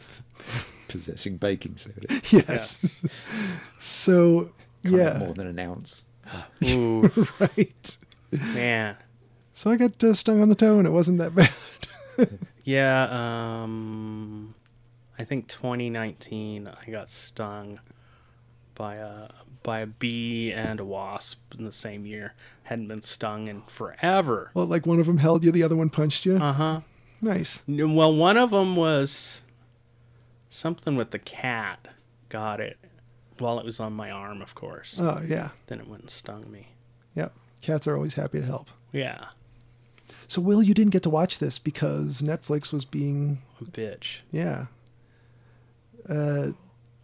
C: possessing baking soda.
B: yes. so,
C: Can't have
B: yeah,
C: More than an ounce.
A: Ooh,
B: right.
A: man.
B: So I got uh, stung on the toe, and it wasn't that bad.
A: Yeah, um, I think 2019 I got stung by a by a bee and a wasp in the same year. Hadn't been stung in forever.
B: well, like one of them held you, the other one punched you.
A: Uh huh.
B: nice.
A: Well, one of them was something with the cat. got it while it was on my arm, of course.
B: Oh, yeah.
A: then it went and stung me.
B: Yep. Cats are always happy to help.
A: Yeah,
B: So, Will, you didn't get to watch this because Netflix was being,
A: a bitch.
B: yeah. Uh,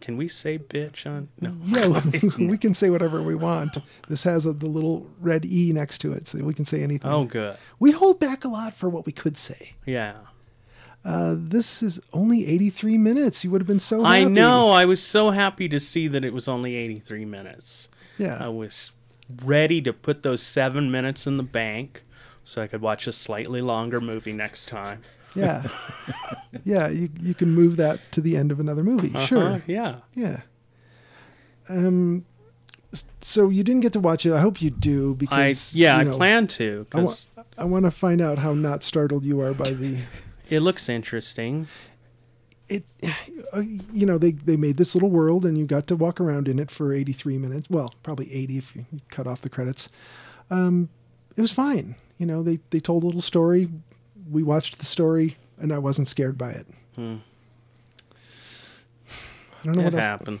A: Can we say bitch on? No.
B: yeah, we can say whatever we want. This has a, the little red E next to it, so we can say anything.
A: Oh, good.
B: We hold back a lot for what we could say.
A: Yeah.
B: Uh, this is only 83 minutes. You would have been so
A: I
B: happy.
A: know. I was so happy to see that it was only 83 minutes. I
B: Yeah.
A: was ready to put those seven minutes in the bank so I could watch a slightly longer movie next time.
B: Yeah. yeah, you, you can move that to the end of another movie.
A: Uh-huh,
B: Sure.
A: yeah.
B: Yeah. Um, s- so you didn't get to watch it. I hope you do
A: I
B: because
A: yeah,
B: you
A: I
B: know,
A: plan to
B: I, wa-
A: because
B: I want to find out how not startled you are by the
A: it looks interesting.
B: it. Uh, you know, they they made this little world, and you got to walk around in it for eighty three minutes. Well, probably eighty if you cut off the credits. Um, it was fine. You know, they they told a little story. We watched the story, and I wasn't scared by it.
A: Hmm.
B: I don't know
A: It
B: what else.
A: happens.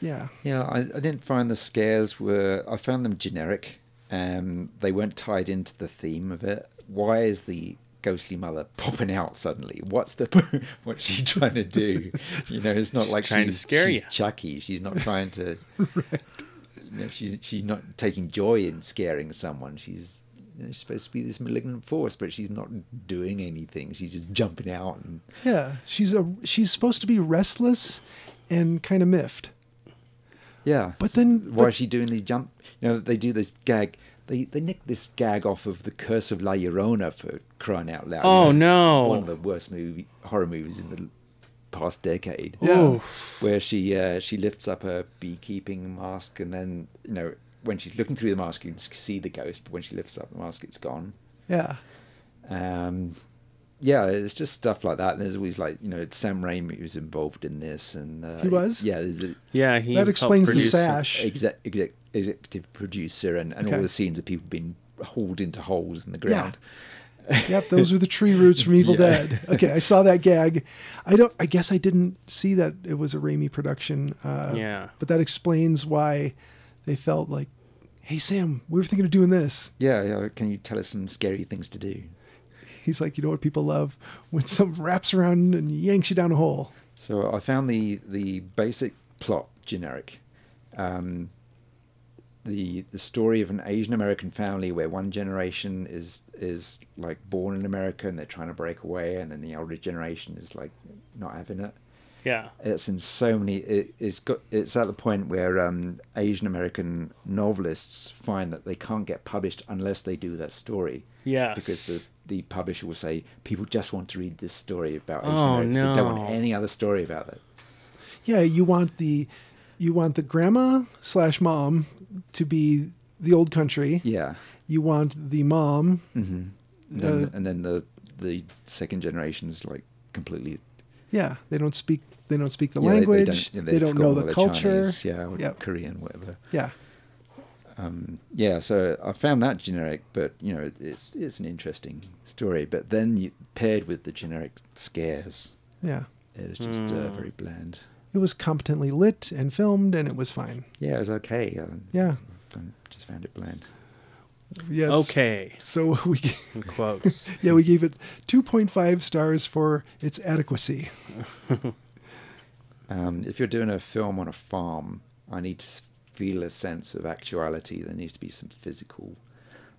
B: Yeah,
C: Yeah, I, I didn't find the scares were. I found them generic. Um, they weren't tied into the theme of it. Why is the ghostly mother popping out suddenly? What's the what's she trying to do? You know, it's not like
A: trying to
C: she's,
A: scare
C: she's
A: you.
C: Chucky. She's not trying to. You know, she's she's not taking joy in scaring someone. She's you know, she's supposed to be this malignant force, but she's not doing anything. She's just jumping out and
B: yeah. She's a she's supposed to be restless and kind of miffed.
C: Yeah.
B: But then-
C: why
B: but-
C: is she doing these jump? You know, they do this gag. They they nick this gag off of the Curse of La Llorona for crying out loud.
A: Oh,
C: You
A: no.
C: One of the worst movie horror movies in the past decade.
B: Yeah.
C: Where she uh, she lifts up her beekeeping mask and then you know when she's looking through the mask you can see the ghost, but when she lifts up the mask it's gone.
B: Yeah,
C: Um, yeah, it's just stuff like that. And there's always like you know Sam Raimi was involved in this and uh,
B: He was?
C: Yeah, there's a,
A: Yeah, he
B: that
A: helped
B: explains the
A: produce it.
B: sash.
C: exec, exec, executive producer and, and
B: Okay.
C: all the scenes of people being hauled into holes in the ground.
B: Yep, those were the tree roots from Evil
C: Yeah.
B: Dead. Okay, I saw that gag. I don't. I guess I didn't see that it was a Raimi production. Uh,
A: Yeah.
B: but that explains why they felt like, "Hey Sam, we were thinking of doing this."
C: Yeah. yeah, can you tell us some scary things to do?
B: He's like, "You know what people love when something wraps around and yanks you down a hole."
C: So I found the the basic plot generic. Um, the the story of an Asian American family where one generation is is like born in America and they're trying to break away, and then the older generation is like not having it.
A: Yeah.
C: it's in so many it, it's got it's at the point where um, asian american novelists find that they can't get published unless they do that story
A: Yes.
C: because the, the publisher will say people just want to read this story about asian
A: Oh,
C: americans they don't want
A: no.
C: any other story about it
B: Yeah, you want the, you want the grandma slash mom to be the old country.
C: yeah
B: You want the mom.
C: and then,
B: Uh,
C: and then the the second generation's like completely
B: Yeah, they don't speak. They don't speak the
C: yeah, they-
B: language.
C: yeah,
B: they
C: they've
B: don't know
C: forgotten
B: the
C: all
B: culture.
C: Chinese, yeah or
B: Yep.
C: korean whatever
B: Yeah.
C: yeah so i found that generic but you know it's it's an interesting story but then you paired with the generic scares
B: Yeah.
C: It was just uh,
A: Hmm.
C: very bland.
B: It was competently lit and filmed and it was fine.
C: Yeah, it was okay. Um,
B: Yeah.
C: I just found it bland.
B: Yes.
A: Okay.
B: So we g-
A: In quotes.
B: yeah, we gave it 2.5 stars for its adequacy.
C: Um, if you're doing a film on a farm, I need to s- feel a sense of actuality. There needs to be some physical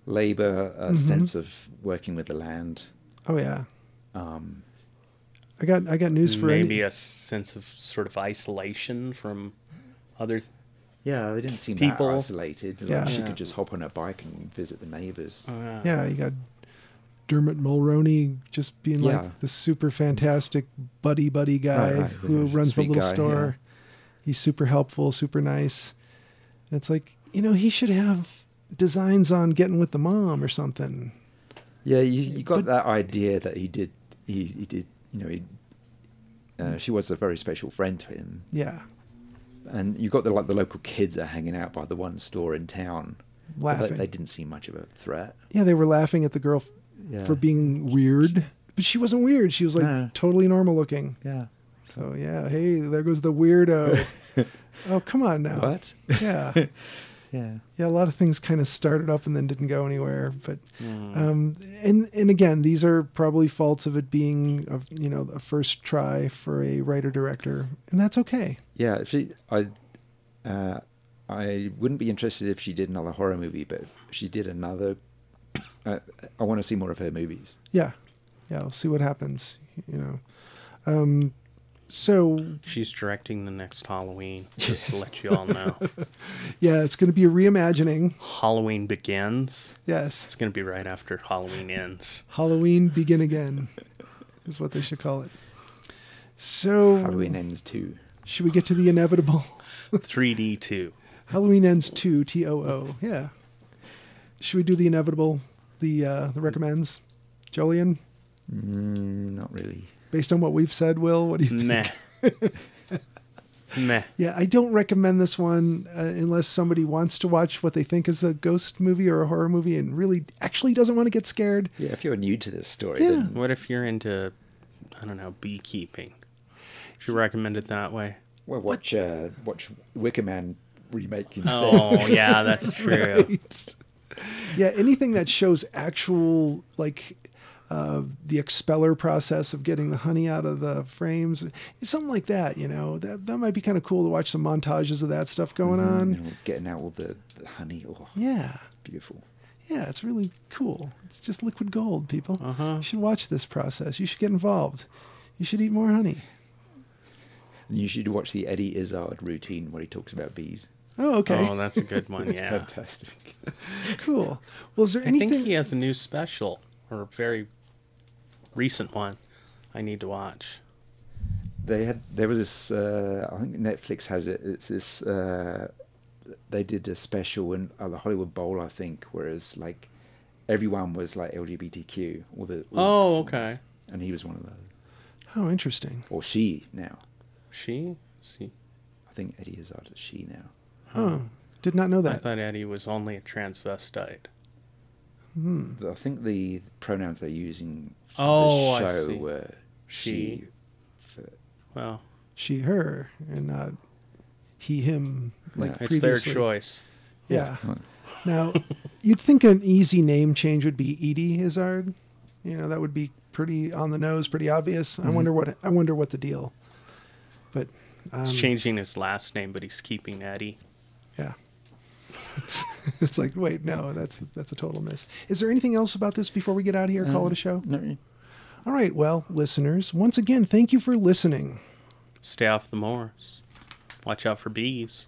C: labor,
B: Mm-hmm.
C: a sense of working with the land.
B: Oh yeah.
C: Um,
B: I got I got news for
A: Maybe
B: any,
A: a sense of sort of isolation from other. Th-
C: yeah, they didn't seem
A: People.
C: that isolated. Like,
B: Yeah.
C: She
A: Yeah.
C: could just hop on her bike and visit the neighbors.
A: uh,
B: Yeah, you got Dermot Mulroney just being
C: Yeah.
B: like the super fantastic buddy buddy guy
C: Right, right.
B: who
C: Just a
B: runs the
C: sweet
B: little
C: guy, yeah.
B: store. He's super helpful, super nice. And it's like, you know, he should have designs on getting with the mom or something.
C: Yeah, you, you got
B: But-
C: that idea that he did. He, he did. You know, he, uh, she was a very special friend to him.
B: Yeah.
C: and you got the like the local kids are hanging out by the one store in town. But
B: Laughing.
C: They, they didn't seem much of a threat.
B: yeah, they were laughing at the girl f-
C: Yeah.
B: for being weird, but she wasn't weird. She was like
C: No.
B: totally normal looking.
C: Yeah.
B: So yeah, hey, there goes the weirdo. oh, come on now.
C: What?
B: Yeah.
C: Oh. Yeah.
B: Yeah, a lot of things kind of started up and then didn't go anywhere. But
C: Mm.
B: um, and and again, these are probably faults of it being of you know a first try for a writer director, and that's okay.
C: Yeah, if she, I, uh, I wouldn't be interested if she did another horror movie, but if she did another, uh, I want to see more of her movies.
B: Yeah, yeah, we'll see what happens. You know, um, so
A: She's directing the next Halloween. Just to let you all know,
B: yeah, it's going to be a reimagining.
A: Halloween begins.
B: Yes,
A: It's gonna be right after Halloween ends.
B: Halloween begin again is what they should call it. So
C: Halloween ends too.
B: should we get to the inevitable?
A: 3D two.
B: Halloween ends two T O O. Yeah. Should we do the inevitable? The uh, the recommends, Jolien.
C: Mm, not really.
B: Based on what we've said, Will, what do you think?
A: Meh. Meh.
B: Yeah, I don't recommend this one uh, unless somebody wants to watch what they think is a ghost movie or a horror movie and really actually doesn't want to get scared.
C: Yeah, if you're new to this story,
B: Yeah.
C: then
A: What if you're into, I don't know, beekeeping? If you recommend it that way.
C: well, watch uh, watch Wicker Man remake instead.
A: Oh yeah, that's true.
B: yeah, anything that shows actual like uh, the expeller process of getting the honey out of the frames, something like that. You know, that that might be kind of cool to watch some montages of that stuff going
C: You
A: Mm-hmm.
B: on.
C: know, getting out all the, the honey. Oh,
B: Yeah,
C: beautiful.
B: yeah, it's really cool. It's just liquid gold, people.
A: Uh-huh.
B: You should watch this process. You should get involved. You should eat more honey.
C: And you should watch the Eddie Izzard routine where he talks about bees.
B: Oh, okay,
A: Oh, that's a good one. Yeah.
C: Fantastic.
B: cool. Well, is there
A: I think
B: anything?
A: he has a new special or a very recent one. I need to watch.
C: they had there was this uh, i think netflix has it it's this uh, they did a special in uh, the hollywood bowl i think whereas like everyone was like lgbtq all the all
A: Oh,
C: the performers.
A: okay.
C: and he was one of those
B: Oh, interesting.
C: or she now
A: She? She?
C: i think eddie izzard is she now
B: Oh, did not know
A: I
B: that.
A: thought Eddie was only a transvestite.
C: But i think the pronouns they're using for
A: Oh, I
C: the show
A: see.
C: were
A: She.
C: she, for,
A: Well,
B: she her and not he him like
C: Yeah.
A: it's
B: previously.
A: their choice.
B: Yeah.
C: Right.
B: now, you'd think an easy name change would be Edie Izzard. You know, that would be pretty on the nose, pretty obvious. I wonder what I wonder what the deal. But um,
A: He's changing his last name, but he's keeping Eddie.
B: yeah. it's like, wait, no, that's that's a total miss. Is there anything else about this before we get out of here?
C: Mm.
B: Call it a show.
C: um, no
B: All right, well, listeners, once again, thank you for listening.
A: Stay off the moors. Watch out for bees.